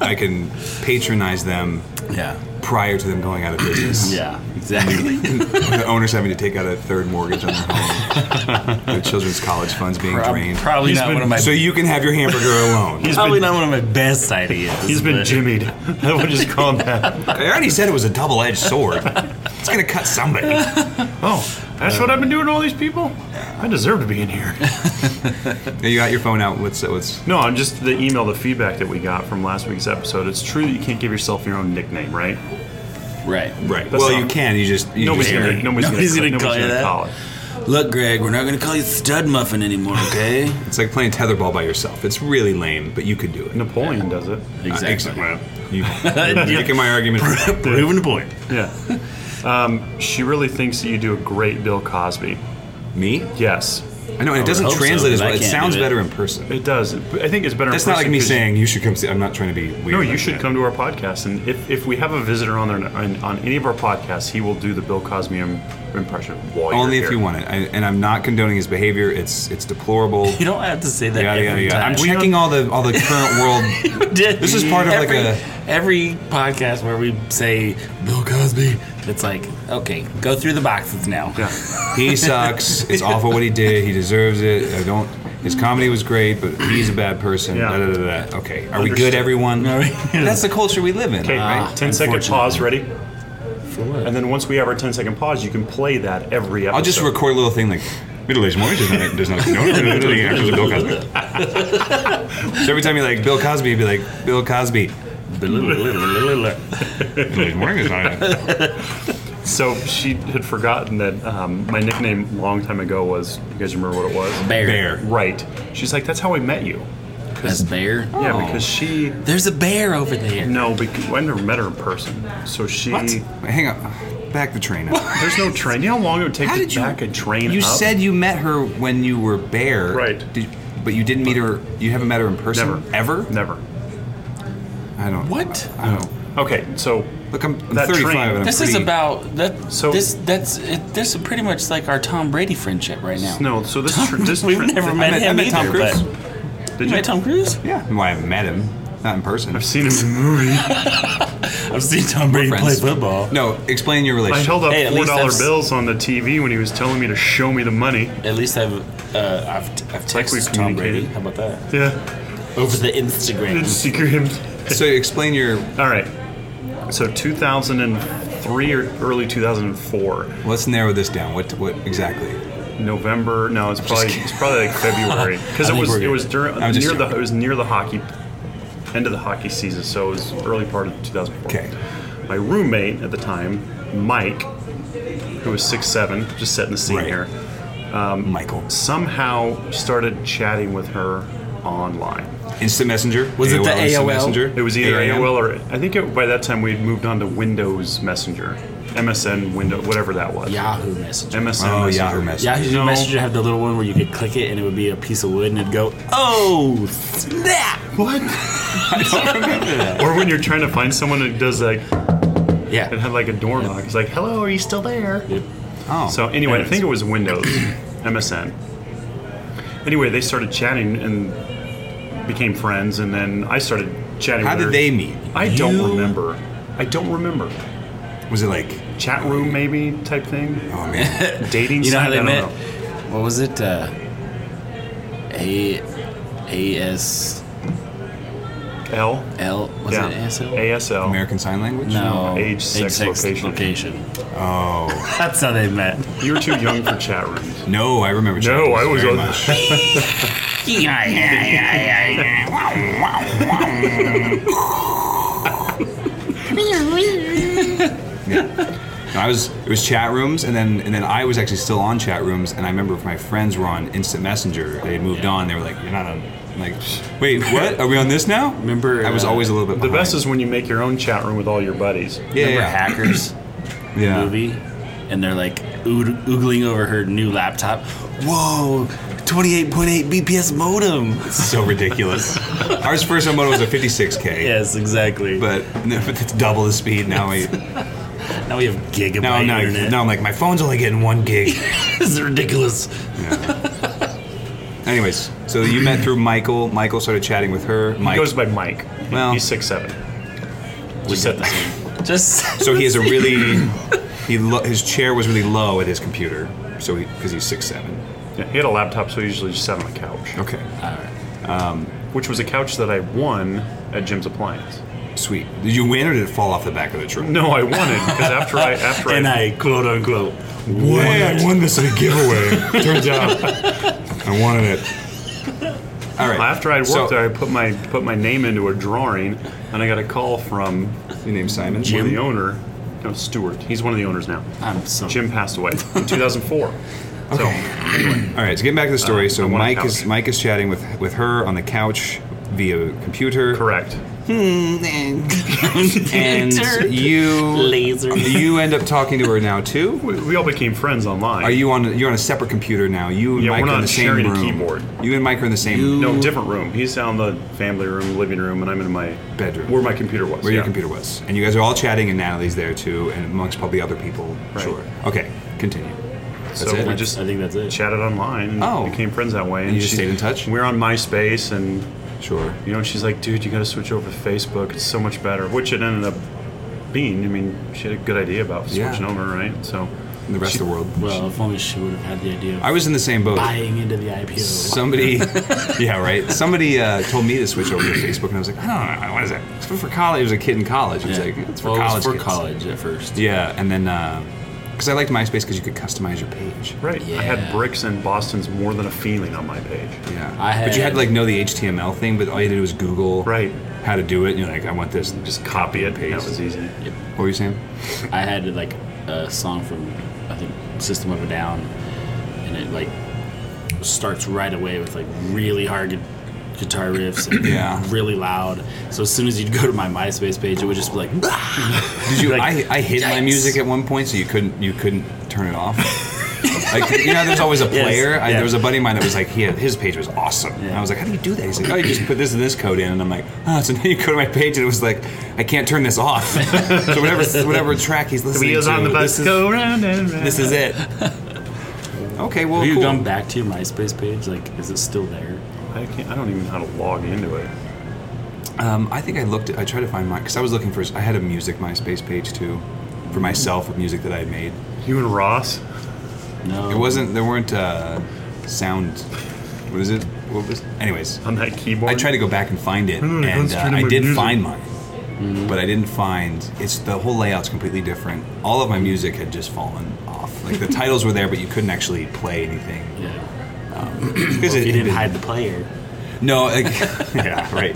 Speaker 5: I can patronize them
Speaker 3: yeah,
Speaker 5: prior to them going out of business.
Speaker 3: yeah, exactly.
Speaker 5: the owners having to take out a third mortgage on their home, their children's college funds being
Speaker 3: Prob-
Speaker 5: drained.
Speaker 3: probably
Speaker 2: He's
Speaker 3: not
Speaker 2: been-
Speaker 3: one of my.
Speaker 5: so you can have your hamburger alone.
Speaker 2: He's
Speaker 3: probably
Speaker 2: been,
Speaker 3: not one of my best ideas.
Speaker 2: he's been
Speaker 3: but-
Speaker 2: jimmied. I would just call him that.
Speaker 5: I already said it was a double-edged sword. It's gonna cut somebody.
Speaker 2: Oh, that's what I've been doing to all these people. I deserve to be in here.
Speaker 5: You got your phone out. What's what's?
Speaker 2: No, I'm just the email, the feedback that we got from last week's episode. It's true that you can't give yourself your own nickname, right?
Speaker 3: right.
Speaker 5: Right.
Speaker 2: That's
Speaker 5: well,
Speaker 2: not-
Speaker 5: you can. You just you
Speaker 2: Nobody's
Speaker 5: just-
Speaker 2: gonna,
Speaker 3: Gary.
Speaker 2: nobody's,
Speaker 3: Nobody's
Speaker 2: gonna,
Speaker 3: gonna
Speaker 2: nobody's
Speaker 3: call you
Speaker 2: gonna
Speaker 3: that.
Speaker 2: call it.
Speaker 3: Look, Greg, we're not gonna call you Stud Muffin anymore, okay?
Speaker 5: It's like playing tetherball by yourself. It's really lame, but you could do it. Uh,
Speaker 2: Napoleon does it.
Speaker 5: Exactly. You, are making my argument.
Speaker 3: Proving the point.
Speaker 2: Yeah. Um, she really thinks that you do a great Bill Cosby.
Speaker 5: Me?
Speaker 2: Yes,
Speaker 5: I know, and it doesn't
Speaker 3: hope so,
Speaker 5: translate as
Speaker 3: but I
Speaker 5: well. It
Speaker 3: can't
Speaker 5: sounds
Speaker 3: do it.
Speaker 5: better in person.
Speaker 2: it does. I think it's better. in
Speaker 5: That's not like
Speaker 2: person
Speaker 5: me
Speaker 2: 'cause you-
Speaker 5: saying you should come see. I'm not trying to be weird.
Speaker 2: No, you
Speaker 5: like
Speaker 2: should
Speaker 5: that.
Speaker 2: come to our podcast, and if, if we have a visitor on there on, on any of our podcasts, he will do the Bill Cosby im- impression. While you're
Speaker 5: Only if
Speaker 2: here.
Speaker 5: you want it, I, and I'm not condoning his behavior. It's it's deplorable.
Speaker 3: You don't have to say that.
Speaker 5: Yada, yada,
Speaker 3: every
Speaker 5: yada. I'm
Speaker 3: time.
Speaker 5: checking all the all the current world.
Speaker 3: This
Speaker 5: is part of like
Speaker 3: every,
Speaker 5: a-
Speaker 3: every podcast where we say Bill Cosby. It's like okay, go through the boxes now.
Speaker 2: Yeah.
Speaker 5: He sucks. It's awful what he did. He deserves it. I don't. His comedy was great, but he's a bad person.
Speaker 2: Yeah.
Speaker 5: Da, da, da, da. Okay, are we
Speaker 2: Understood.
Speaker 5: good, everyone?
Speaker 3: All right.
Speaker 5: That's the culture we live in,
Speaker 2: Okay,
Speaker 5: right?
Speaker 2: 10 second
Speaker 3: unfortunately.
Speaker 2: pause. Ready? And then once we have our 10 second pause, you can play that every episode.
Speaker 5: I'll just record a little thing like middle-aged Morris does not does not no no no no actually Bill Cosby. so every time you like Bill Cosby, you'd be like Bill Cosby.
Speaker 3: Blah, blah, blah, blah, blah, blah.
Speaker 5: Middle-aged Morris is not.
Speaker 2: So she had forgotten that um, my nickname a long time ago was. You guys remember what it was?
Speaker 3: Bear.
Speaker 5: Bear.
Speaker 2: Right. She's like, that's how I met you.
Speaker 3: That's bear.
Speaker 2: Yeah, because she.
Speaker 3: There's a bear over there.
Speaker 2: No, because I never met her in person. So she.
Speaker 5: Wait, hang on. Back the train up.
Speaker 2: There's no train. You know how long it would take
Speaker 5: How
Speaker 2: to
Speaker 5: did you
Speaker 2: back a train
Speaker 5: You
Speaker 2: up?
Speaker 5: said you met her when you were Bear.
Speaker 2: Right.
Speaker 5: Did, but you didn't meet her. You haven't met her in person.
Speaker 2: never
Speaker 5: Ever.
Speaker 2: Never.
Speaker 5: I don't.
Speaker 3: What?
Speaker 5: I don't.
Speaker 2: Okay, so
Speaker 5: Look, I'm, I'm
Speaker 2: That
Speaker 5: 35.
Speaker 2: train.
Speaker 5: And I'm
Speaker 3: This is
Speaker 5: pretty-
Speaker 3: about that.
Speaker 2: So-
Speaker 3: this that's it, this is pretty much like our Tom Brady friendship right now.
Speaker 2: no, so this tr- this
Speaker 3: We've
Speaker 2: tr-
Speaker 3: never
Speaker 2: thi-
Speaker 3: met
Speaker 5: I met, I
Speaker 3: him
Speaker 5: met Tom
Speaker 3: either.
Speaker 5: Cruise.
Speaker 3: but-
Speaker 2: Did
Speaker 3: You
Speaker 2: you?
Speaker 3: met Tom Cruise?
Speaker 5: Yeah. Well, I haven't met him. Not in person.
Speaker 2: I've seen him in the movie.
Speaker 3: I've seen Tom Brady play
Speaker 5: friends.
Speaker 3: football.
Speaker 5: No. Explain your
Speaker 2: I
Speaker 5: relationship.
Speaker 2: held up
Speaker 3: Hey, at
Speaker 2: four
Speaker 3: least
Speaker 2: dollar
Speaker 3: that's-
Speaker 2: bills on the TV when he was telling me to show me the money.
Speaker 3: At least I've uh, I've I've
Speaker 2: like we
Speaker 3: texted Tom
Speaker 2: communicated.
Speaker 3: Brady. How about that?
Speaker 2: Yeah,
Speaker 3: Over the Instagram.
Speaker 2: it's secret.
Speaker 5: so explain your.
Speaker 2: All right. So 2003 or early 2004,
Speaker 5: Let's narrow this down. What? What exactly?
Speaker 2: November. No, it's probably
Speaker 5: kidding.
Speaker 2: it's probably like February because it
Speaker 3: think
Speaker 2: was
Speaker 3: we're
Speaker 2: it
Speaker 3: good.
Speaker 2: was during
Speaker 5: I'm just
Speaker 2: near the
Speaker 5: joking.
Speaker 2: it was near the hockey end of the hockey season, so it was early part of 2004.
Speaker 5: Okay.
Speaker 2: My roommate at the time, Mike, who was six seven, just setting the scene
Speaker 5: Right.
Speaker 2: here,
Speaker 5: Michael.
Speaker 2: somehow started chatting with her online.
Speaker 5: Instant Messenger.
Speaker 3: Was it the
Speaker 5: Instant
Speaker 3: AOL?
Speaker 5: Messenger?
Speaker 2: It was either
Speaker 5: AIM?
Speaker 2: AOL or I think it, by that time we had moved on to Windows Messenger, MSN Window, whatever that was.
Speaker 3: Yahoo Messenger.
Speaker 2: MSN.
Speaker 5: Oh,
Speaker 2: Messenger.
Speaker 5: Yahoo Messenger.
Speaker 3: Yahoo
Speaker 2: No.
Speaker 3: Messenger have the little one where you could click it and it would be a piece of wood and it'd go, oh snap! What?
Speaker 2: Or when you're trying to find someone who does like
Speaker 3: Yeah.
Speaker 2: it had like a door knock. It's like, hello, are you still there?
Speaker 5: Oh.
Speaker 2: So anyway,
Speaker 3: Anyways.
Speaker 2: I think it was Windows, MSN. Anyway, they started chatting and became friends, and then I started chatting.
Speaker 5: How
Speaker 2: with her.
Speaker 5: did they meet?
Speaker 2: I don't
Speaker 3: You-
Speaker 2: remember. I don't remember.
Speaker 5: Was it like?
Speaker 2: Chat room maybe type thing.
Speaker 5: Oh man.
Speaker 2: Dating.
Speaker 3: You know
Speaker 2: site?
Speaker 3: how
Speaker 2: I
Speaker 3: they
Speaker 2: don't
Speaker 3: met?
Speaker 2: know.
Speaker 3: What was it? Uh, A A S
Speaker 2: L.
Speaker 3: L was it ASL?
Speaker 2: ASL.
Speaker 5: American Sign Language.
Speaker 3: No.
Speaker 2: Age, sex, location.
Speaker 5: Oh.
Speaker 3: That's how they met.
Speaker 2: You were too young for chat rooms.
Speaker 5: No, I remember.
Speaker 2: No,
Speaker 5: Japanese
Speaker 2: I was
Speaker 5: very
Speaker 2: on-
Speaker 5: much. No, I was it was chat rooms, and then and then I was actually still on chat rooms, and I remember if my friends were on Instant Messenger. They had moved on. They were like, "You're not on." I'm like, wait, what? Are we on this now?
Speaker 3: Remember,
Speaker 5: I was
Speaker 3: uh,
Speaker 5: always a little bit.
Speaker 2: The
Speaker 5: behind.
Speaker 2: best is when you make your own chat room with all your buddies.
Speaker 5: yeah,
Speaker 3: Remember
Speaker 5: yeah,
Speaker 3: Hackers
Speaker 5: yeah.
Speaker 3: movie? And they're like oog- oogling over her new laptop. Whoa, 28.8 BPS modem.
Speaker 5: So ridiculous. Ours first on modem was a 56k.
Speaker 3: Yes, exactly.
Speaker 5: But, no, but it's double the speed now. We,
Speaker 3: now we have gigabyte
Speaker 5: now, I'm not-
Speaker 3: internet.
Speaker 5: now I'm like, my phone's only getting one gig.
Speaker 3: this is ridiculous.
Speaker 5: Anyways, so you met through Michael. Michael started chatting with her.
Speaker 2: He
Speaker 5: Mike.
Speaker 2: goes by Mike.
Speaker 5: Well-
Speaker 2: he's six seven.
Speaker 3: We
Speaker 2: said
Speaker 3: got Just
Speaker 5: so he has a really, he lo- his chair was really low at his computer. So because he's six seven. Uh,
Speaker 2: Yeah, he had a laptop, so he usually just sat on the couch,
Speaker 5: Okay.
Speaker 2: which was a couch that I won at Jim's Appliance.
Speaker 5: Sweet. Did you win or did it fall off the back of the truck?
Speaker 2: No, I won it because after I after
Speaker 3: and
Speaker 2: I,
Speaker 3: I quote unquote.
Speaker 5: Way I won this at a giveaway. Turns out I wanted it. All right.
Speaker 2: after I'd worked
Speaker 5: So-
Speaker 2: there, I put my put my name into a drawing, and I got a call from
Speaker 5: Your name's Simon.
Speaker 2: one of the owner, no Stewart. He's one of the owners now.
Speaker 3: I'm so
Speaker 2: Jim passed away in 2004. So
Speaker 5: All right, so getting back to the story. so
Speaker 2: I'm on Uh, a
Speaker 5: Mike
Speaker 2: couch.
Speaker 5: is Mike is chatting with with her on the couch via computer.
Speaker 2: correct.
Speaker 5: And you
Speaker 3: laser.
Speaker 5: you end up talking to her now too.
Speaker 2: We, we all became friends online.
Speaker 5: Are you on you're on a separate computer now? You and
Speaker 2: Yeah,
Speaker 5: Mike
Speaker 2: we're
Speaker 5: are in
Speaker 2: not
Speaker 5: the same
Speaker 2: sharing a
Speaker 5: room.
Speaker 2: keyboard.
Speaker 5: You and Mike are in the same
Speaker 2: No, different room. He's down the family room, living room, and I'm in my
Speaker 5: Bedroom.
Speaker 2: where my computer was.
Speaker 5: where
Speaker 2: yeah.
Speaker 5: your computer was, and you guys are all chatting, and Natalie's there too, and amongst probably other people.
Speaker 2: Right.
Speaker 5: Sure. Okay, continue.
Speaker 2: So
Speaker 5: it?
Speaker 2: we just
Speaker 3: I think that's it.
Speaker 2: chatted online and
Speaker 5: Oh.
Speaker 2: became friends that way. And,
Speaker 5: you just stayed in touch?
Speaker 2: We were on MySpace, and
Speaker 5: Sure.
Speaker 2: you know, she's like, "Dude, you got to switch over to Facebook. It's so much better." Which it ended up being. I mean, she had a good idea about
Speaker 5: Yeah.
Speaker 2: switching over, right? So
Speaker 5: And the rest of the world.
Speaker 3: Well, if only she would have had the idea of
Speaker 5: I was in the same boat.
Speaker 3: buying into the IPO.
Speaker 5: Somebody, yeah, right. Somebody uh, told me to switch over to Facebook, and I was like, I don't know, what is it? It's for, for college. It was a kid in college. It was
Speaker 3: Yeah.
Speaker 5: like, it's for
Speaker 3: Well, it was
Speaker 5: college.
Speaker 3: for
Speaker 5: kids."
Speaker 3: college at first.
Speaker 5: Yeah, and then because I liked MySpace because you could customize your page.
Speaker 2: right, I
Speaker 3: Yeah.
Speaker 2: had bricks and Boston's more than a feeling on my page.
Speaker 5: Yeah,
Speaker 3: I
Speaker 5: but you had
Speaker 3: had-
Speaker 5: to like know the HTML thing, but all you did was Google
Speaker 2: Right.
Speaker 5: how to do it. And you're like, I want this. and Just
Speaker 2: Just copy it.
Speaker 5: Paste.
Speaker 2: That was easy.
Speaker 5: what were you saying?
Speaker 3: I had like a song from I think System of a Down, and it like starts right away with like really hard gu- guitar riffs and
Speaker 5: Yeah.
Speaker 3: really loud. So as soon as you'd go to my MySpace page, it would just be like,
Speaker 5: Did you?
Speaker 3: Like,
Speaker 5: I, I hid my
Speaker 3: yikes.
Speaker 5: music at one point, so you couldn't you couldn't turn it off. like you know, there's always a player. I,
Speaker 3: yeah.
Speaker 5: There was a buddy of mine that was like, he had, his page was awesome. And I was like, how do you do that? He's like, oh, you just put this and this code in, and I'm like, oh, so now you go to my page, and it was like, I can't turn this off. so whatever whatever track he's listening
Speaker 7: Wheels
Speaker 5: to,
Speaker 7: on the bus
Speaker 5: this,
Speaker 7: go round and round.
Speaker 5: is, this is it. Okay, well,
Speaker 3: "Have you
Speaker 5: cool.
Speaker 3: gone back to your MySpace page? Like, is it still there?"
Speaker 2: I can't. I don't even know how to log into it.
Speaker 5: Um, I think I looked. I tried to find mine because I was looking for. I had a music MySpace page too, for myself with music that I had made.
Speaker 2: You and Ross.
Speaker 3: No,
Speaker 5: It wasn't. There weren't uh, sound. What is it? What was? Anyways,
Speaker 2: on that keyboard.
Speaker 5: I tried to go back and find it,
Speaker 2: Mm,
Speaker 5: and
Speaker 2: that's
Speaker 5: uh,
Speaker 2: pretty
Speaker 5: I
Speaker 2: much
Speaker 5: did
Speaker 2: music.
Speaker 5: find mine,
Speaker 3: Mm-hmm.
Speaker 5: but I didn't find. It's the whole layout's completely different. All of my music had just fallen off. Like the titles were there, but you couldn't actually play anything.
Speaker 3: Yeah,
Speaker 5: Because
Speaker 3: you didn't hide the player.
Speaker 5: No. Like, yeah. Right.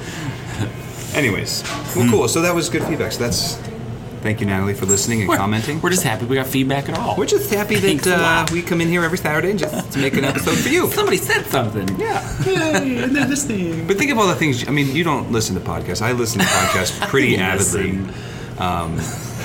Speaker 5: Anyways, well, cool. So that was good feedback. So that's. Thank you, Natalie, for listening and commenting.
Speaker 3: We're just happy we got feedback at all.
Speaker 5: We're just happy
Speaker 3: Thanks
Speaker 5: that
Speaker 3: a
Speaker 5: uh,
Speaker 3: lot.
Speaker 5: we come in here every Saturday and just to make an episode for you.
Speaker 3: Somebody said something.
Speaker 5: Yeah.
Speaker 2: and then this thing.
Speaker 5: But think of all the things. I mean, you don't listen to podcasts. I listen to podcasts pretty avidly. Um,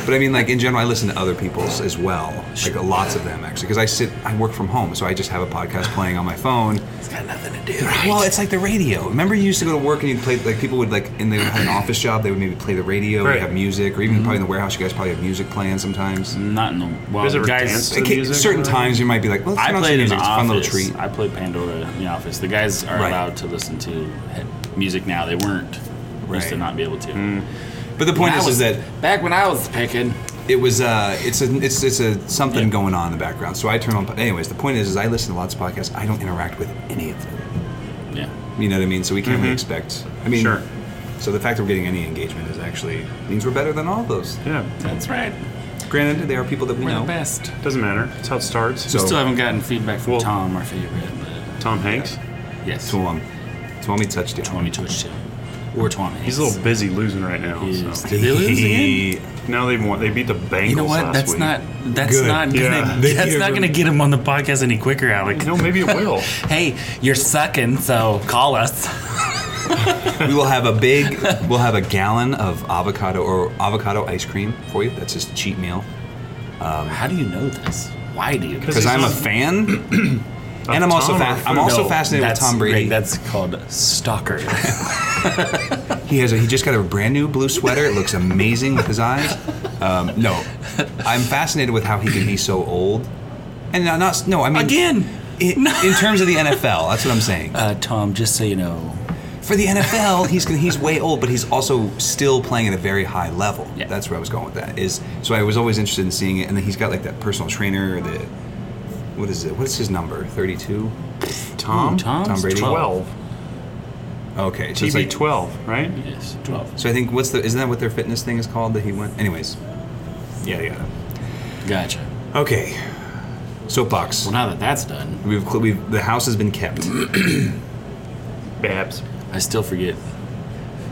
Speaker 5: but I mean, like in general, I listen to other people's as well, like uh, lots of them actually, because I sit, I work from home, so I just have a podcast playing on my phone.
Speaker 3: It's got nothing to do.
Speaker 5: Well, it's like the radio. Remember, you used to go to work and you'd play like people would like, and they would have an office job. They would maybe play the radio,
Speaker 2: Right.
Speaker 5: or have music, or even probably in the warehouse, you guys probably have music playing sometimes.
Speaker 3: Not in Mm-hmm. the well,
Speaker 2: guys ever
Speaker 3: guys.
Speaker 2: danced?
Speaker 5: Okay,
Speaker 2: music
Speaker 5: certain
Speaker 2: or-
Speaker 5: times you might be like, well, let's
Speaker 3: I
Speaker 5: turn on
Speaker 3: played
Speaker 5: some music.
Speaker 3: in the
Speaker 5: It's a
Speaker 3: office.
Speaker 5: fun little treat.
Speaker 3: I played Pandora in the office. The guys are
Speaker 5: Right.
Speaker 3: allowed to listen to he- music now. They weren't used to
Speaker 5: Right.
Speaker 3: not be able to.
Speaker 5: But the
Speaker 3: When
Speaker 5: point
Speaker 3: I
Speaker 5: is, is
Speaker 3: was-
Speaker 5: that
Speaker 3: back when I was picking,
Speaker 5: it was uh it's a it's it's a something going on in the background so i turn on anyways the point is is i listen to lots of podcasts i don't interact with any of them
Speaker 3: yeah,
Speaker 5: you know what i mean so we can't really
Speaker 3: Mm-hmm.
Speaker 5: expect i mean
Speaker 2: Sure.
Speaker 5: so the fact that we're getting any engagement is actually means we're better than all those
Speaker 2: Yeah.
Speaker 3: that's right.
Speaker 5: granted there are people that we
Speaker 3: We're
Speaker 5: know
Speaker 3: the best.
Speaker 2: Doesn't matter. That's how it starts.
Speaker 5: So-
Speaker 3: we still haven't gotten feedback from
Speaker 2: Well-
Speaker 3: Tom, our favorite.
Speaker 2: Tom Hanks.
Speaker 3: But yes,
Speaker 5: Tuam. Tuami touchdown
Speaker 3: Tommy Twitch or Tom. Hanks.
Speaker 2: He's a little busy losing right now.
Speaker 3: He is.
Speaker 2: So.
Speaker 3: Did they lose again?
Speaker 5: He-
Speaker 2: Now they won. They beat the Bengals
Speaker 3: You know what?
Speaker 2: last
Speaker 3: That's
Speaker 2: week.
Speaker 3: not. That's
Speaker 5: Good.
Speaker 3: not. Gonna,
Speaker 2: Yeah.
Speaker 5: They
Speaker 3: That's
Speaker 5: gave
Speaker 3: not
Speaker 5: him-
Speaker 3: going to get him on the podcast any quicker, Alec.
Speaker 2: No, maybe it will.
Speaker 3: Hey, you're sucking, so call us.
Speaker 5: we will have a big we'll have a gallon of avocado or avocado ice cream for you that's his cheat meal
Speaker 3: How do you know this? Why do you? know
Speaker 5: because
Speaker 2: he's
Speaker 5: i'm a
Speaker 2: on-
Speaker 5: fan and i'm also
Speaker 2: Tom or
Speaker 5: fa- i'm also
Speaker 3: No,
Speaker 5: fascinated with
Speaker 3: that's-
Speaker 5: tom brady
Speaker 3: Greg, that's called stalker.
Speaker 5: He has. A, he just got a brand new blue sweater. It looks amazing with his eyes. Um, no, I'm fascinated with how he can be so old. And not, not no. I mean,
Speaker 3: Again.
Speaker 5: in, in terms of the NFL, that's what I'm saying.
Speaker 3: Uh, Tom, just so you know.
Speaker 5: For the NFL, he's gonna, he's way old, but he's also still playing at a very high level.
Speaker 3: Yeah.
Speaker 5: That's where I was going with that. Is so I was always interested in seeing it. And then he's got like that personal trainer. The what is it? What's his number? Thirty-two.
Speaker 2: Tom.
Speaker 3: Tom's
Speaker 5: Tom Brady?
Speaker 3: 12.
Speaker 2: Twelve.
Speaker 5: Okay. So, it's
Speaker 2: TB
Speaker 5: like,
Speaker 2: twelve. Right.
Speaker 3: Yes, 12.
Speaker 5: so I think what's the isn't that what their fitness thing is called that he went? Anyways. Yeah. Yeah.
Speaker 3: Gotcha.
Speaker 5: Okay. Soapbox.
Speaker 3: Well, now that that's done,
Speaker 5: We've, cl- we've the house has been kept.
Speaker 2: Babs.
Speaker 3: I still forget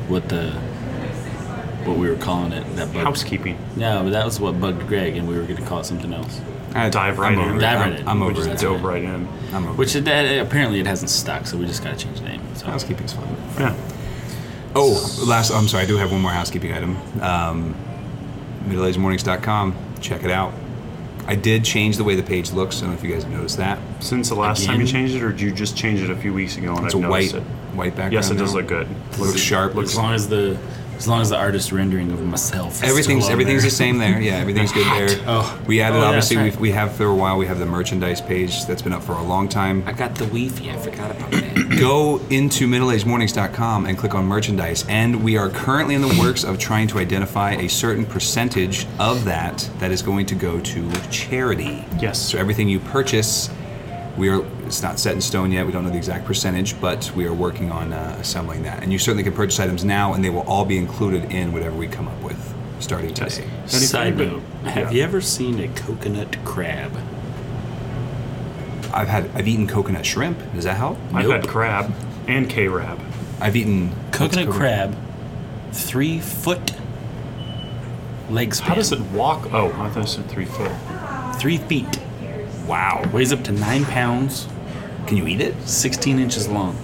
Speaker 3: what the what we were calling it. That bug.
Speaker 2: Housekeeping.
Speaker 3: No, but that was what bugged Greg, and we were going to call it something else.
Speaker 5: I,
Speaker 2: Dive right
Speaker 5: I'm
Speaker 2: in.
Speaker 5: Over
Speaker 3: Dive
Speaker 5: it.
Speaker 3: right
Speaker 5: I'm-
Speaker 3: in.
Speaker 5: I'm
Speaker 3: We
Speaker 5: over
Speaker 3: just
Speaker 5: it.
Speaker 2: Dove right in.
Speaker 5: I'm over
Speaker 3: Which
Speaker 5: it.
Speaker 3: it, that, apparently it hasn't stuck, so we just got to change the name. So
Speaker 5: Housekeeping's fun.
Speaker 2: Yeah.
Speaker 5: Oh, last. I'm sorry. I do have one more housekeeping item. Um, MiddleAgedMornings.com. Check it out. I did change the way the page looks. I don't know if you guys have noticed that.
Speaker 2: Since the last time you
Speaker 3: Again?
Speaker 2: changed it, or did you just change it a few weeks ago and
Speaker 5: It's
Speaker 2: I've
Speaker 5: a white
Speaker 2: noticed it?
Speaker 5: white background.
Speaker 2: Yes, it
Speaker 5: now.
Speaker 2: does look good.
Speaker 5: Looks sharp.
Speaker 3: as long as the as long as the artist rendering of myself. is
Speaker 5: Everything's
Speaker 3: still on
Speaker 5: everything's
Speaker 3: there.
Speaker 5: the same there. Yeah, everythinging's good there.
Speaker 3: Oh.
Speaker 5: we added
Speaker 3: Oh, yeah,
Speaker 5: obviously
Speaker 3: that's right.
Speaker 5: we've, we have for a while. We have the merchandise page that's been up for a long time.
Speaker 3: I got the Wi-Fi. I forgot about that.
Speaker 5: go into middleagedmornings.com and click on merchandise and we are currently in the works of trying to identify a certain percentage of that that is going to go to charity
Speaker 2: Yes.
Speaker 5: so everything you purchase we are it's not set in stone yet we don't know the exact percentage but we are working on uh, assembling that and you certainly can purchase items now and they will all be included in whatever we come up with starting today
Speaker 3: Side note:
Speaker 2: Yeah.
Speaker 3: Have you ever seen a coconut crab?
Speaker 5: i've had i've eaten coconut shrimp does that help
Speaker 2: I've
Speaker 3: Nope.
Speaker 2: had crab and K Rab.
Speaker 5: i've eaten
Speaker 3: Coconut crab, three foot leg
Speaker 2: How
Speaker 3: span.
Speaker 2: does it walk? Oh, I thought it said three foot.
Speaker 3: Three feet.
Speaker 5: Wow.
Speaker 3: Weighs up to nine pounds,
Speaker 5: Can you eat it?
Speaker 3: 16 inches long.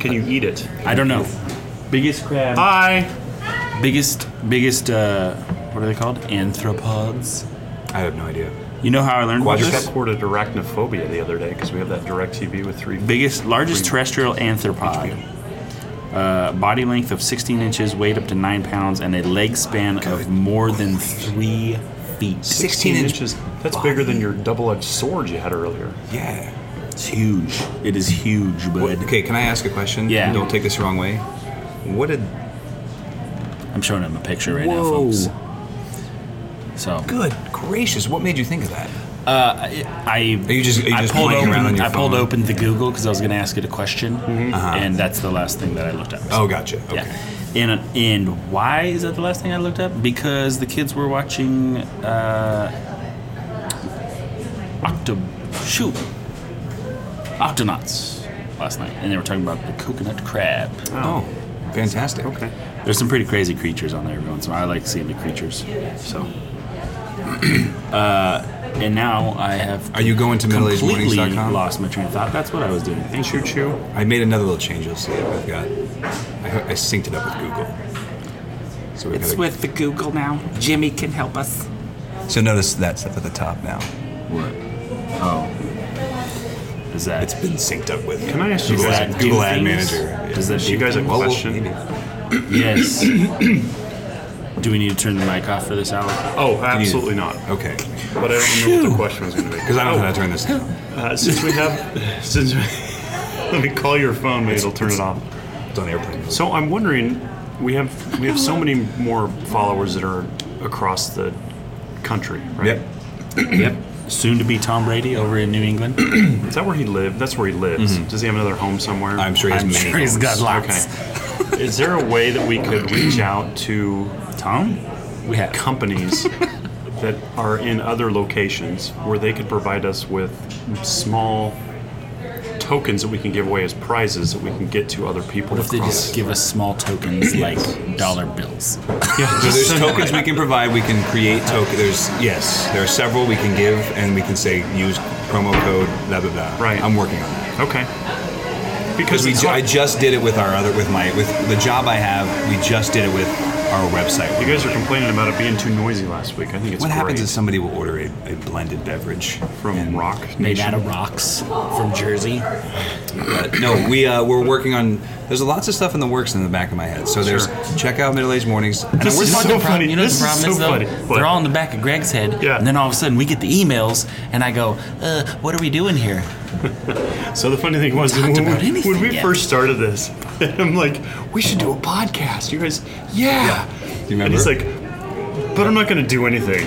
Speaker 2: Can you eat it?
Speaker 3: I don't know.
Speaker 2: Biggest crab. Hi.
Speaker 3: Biggest, biggest, uh, what are they called? Anthropods.
Speaker 5: I have no idea.
Speaker 3: You know how I learned
Speaker 2: I
Speaker 3: about this?
Speaker 2: just reported arachnophobia the other day because we have that direct TV with three feet.
Speaker 3: Biggest, largest terrestrial anthropod. Uh, body length of 16 inches, weight up to 9 pounds, and a leg span of more than 3 feet.
Speaker 5: 16 inch-
Speaker 2: inches. That's bigger than your double-edged sword you had earlier.
Speaker 5: Yeah.
Speaker 3: It's huge. It is huge, bud.
Speaker 5: Okay, can I ask a question?
Speaker 3: Yeah.
Speaker 5: Don't take this the wrong way. What did.
Speaker 3: I'm showing him a picture right now,
Speaker 5: Whoa.
Speaker 3: folks. So
Speaker 5: Good gracious, what made you think of that?
Speaker 3: I,
Speaker 5: Are you just- are you
Speaker 3: I
Speaker 5: just
Speaker 3: pulled
Speaker 5: playing
Speaker 3: open
Speaker 5: around on your
Speaker 3: I pulled
Speaker 5: phone? Mm-hmm.
Speaker 3: open the Google because I was going to ask it a question, and that's the last thing that I looked up.
Speaker 5: Uh-huh. Oh, gotcha. Okay.
Speaker 3: Yeah. And, and why is that the last thing I looked up? Because the kids were watching uh, Octo shoot Octonauts last night, and they were talking about the coconut crab.
Speaker 5: Oh, fantastic.
Speaker 2: Okay.
Speaker 3: There's some pretty crazy creatures on there every once in a while. I like seeing the creatures. So, uh, and now I have
Speaker 5: Are you going to
Speaker 3: completely
Speaker 5: middleagedmornings.com?
Speaker 3: lost my train of thought. That's what I was doing.
Speaker 2: And choo choo.
Speaker 5: I made another little change. You'll see it. I've got. I, I synced it up with Google. So, we've
Speaker 3: It's
Speaker 5: got
Speaker 3: with the Google now. Jimmy can help us.
Speaker 5: a, so notice that's up at the top now.
Speaker 3: What? Oh, is that
Speaker 5: It's been synced up with.
Speaker 2: Can I ask you
Speaker 5: Google,
Speaker 2: guys
Speaker 5: Ad-
Speaker 2: a
Speaker 3: do
Speaker 5: Google Ad
Speaker 3: things?
Speaker 5: Manager?
Speaker 3: Does that do
Speaker 2: You guys a
Speaker 3: things?
Speaker 5: Well, well,
Speaker 2: question?
Speaker 5: maybe.
Speaker 3: Yes. do we need to turn the mic off for this, Alec?
Speaker 2: Oh, absolutely not.
Speaker 5: Okay.
Speaker 2: But I don't remember what the question was going to be. Oh,
Speaker 5: Because I don't know how to turn this down.
Speaker 2: Uh, since we have, since we, let me call your phone, maybe it'll turn it off.
Speaker 5: It's on airplane. mode.
Speaker 2: So I'm wondering, we have we have so many more followers that are across the country, right?
Speaker 5: Yep.
Speaker 3: yep. Soon to be Tom Brady over in New England.
Speaker 2: Is that where he lived? That's where he lives. Does he have another home somewhere?
Speaker 5: Mm-hmm. I'm sure he's
Speaker 3: I'm
Speaker 5: many.
Speaker 3: sure he's
Speaker 5: phones.
Speaker 3: got lots.
Speaker 2: Okay. Is there a way that we could reach out to
Speaker 3: Tom, we have.
Speaker 2: companies that are in other locations where they could provide us with small tokens that we can give away as prizes that we can get to other people
Speaker 3: What if they just give us small tokens like dollar bills?
Speaker 5: So there's tokens we can provide. We can create token. There's yes, there are several we can give, and we can say use promo code blah blah blah.
Speaker 2: Right.
Speaker 5: I'm working on that
Speaker 2: Okay.
Speaker 5: because
Speaker 2: Because
Speaker 5: we.
Speaker 2: it's
Speaker 5: Ju-
Speaker 2: not-
Speaker 5: I just did it with our other with my with the job I have. We just did it with our website.
Speaker 2: you guys are complaining about it being too noisy last week. I think it's
Speaker 5: what
Speaker 2: great.
Speaker 5: happens is somebody will order a, a blended beverage
Speaker 2: from
Speaker 5: and-
Speaker 2: Rock
Speaker 3: Made
Speaker 2: Nation?
Speaker 3: out of rocks from Jersey.
Speaker 5: But no, we uh, we're working on. There's lots of stuff in the works in the back of my head. So there's
Speaker 2: Sure.
Speaker 5: check out middle aged mornings. And
Speaker 2: This
Speaker 5: we're
Speaker 2: is
Speaker 5: talking
Speaker 2: so
Speaker 5: about-
Speaker 2: funny.
Speaker 3: You know
Speaker 2: This
Speaker 3: what the
Speaker 2: is
Speaker 3: problem
Speaker 2: so
Speaker 3: is though?
Speaker 2: funny. What?
Speaker 3: They're all in the back of Greg's head.
Speaker 2: Yeah.
Speaker 3: And then all of a sudden we get the emails and I go, uh, what are we doing here?
Speaker 2: So the funny thing was when,
Speaker 3: talked about
Speaker 2: we-
Speaker 3: anything
Speaker 2: when we
Speaker 3: yet.
Speaker 2: first started this, I'm like, we should do a podcast. You guys, yeah.
Speaker 5: You remember?
Speaker 2: And he's like, but I'm not going to do anything.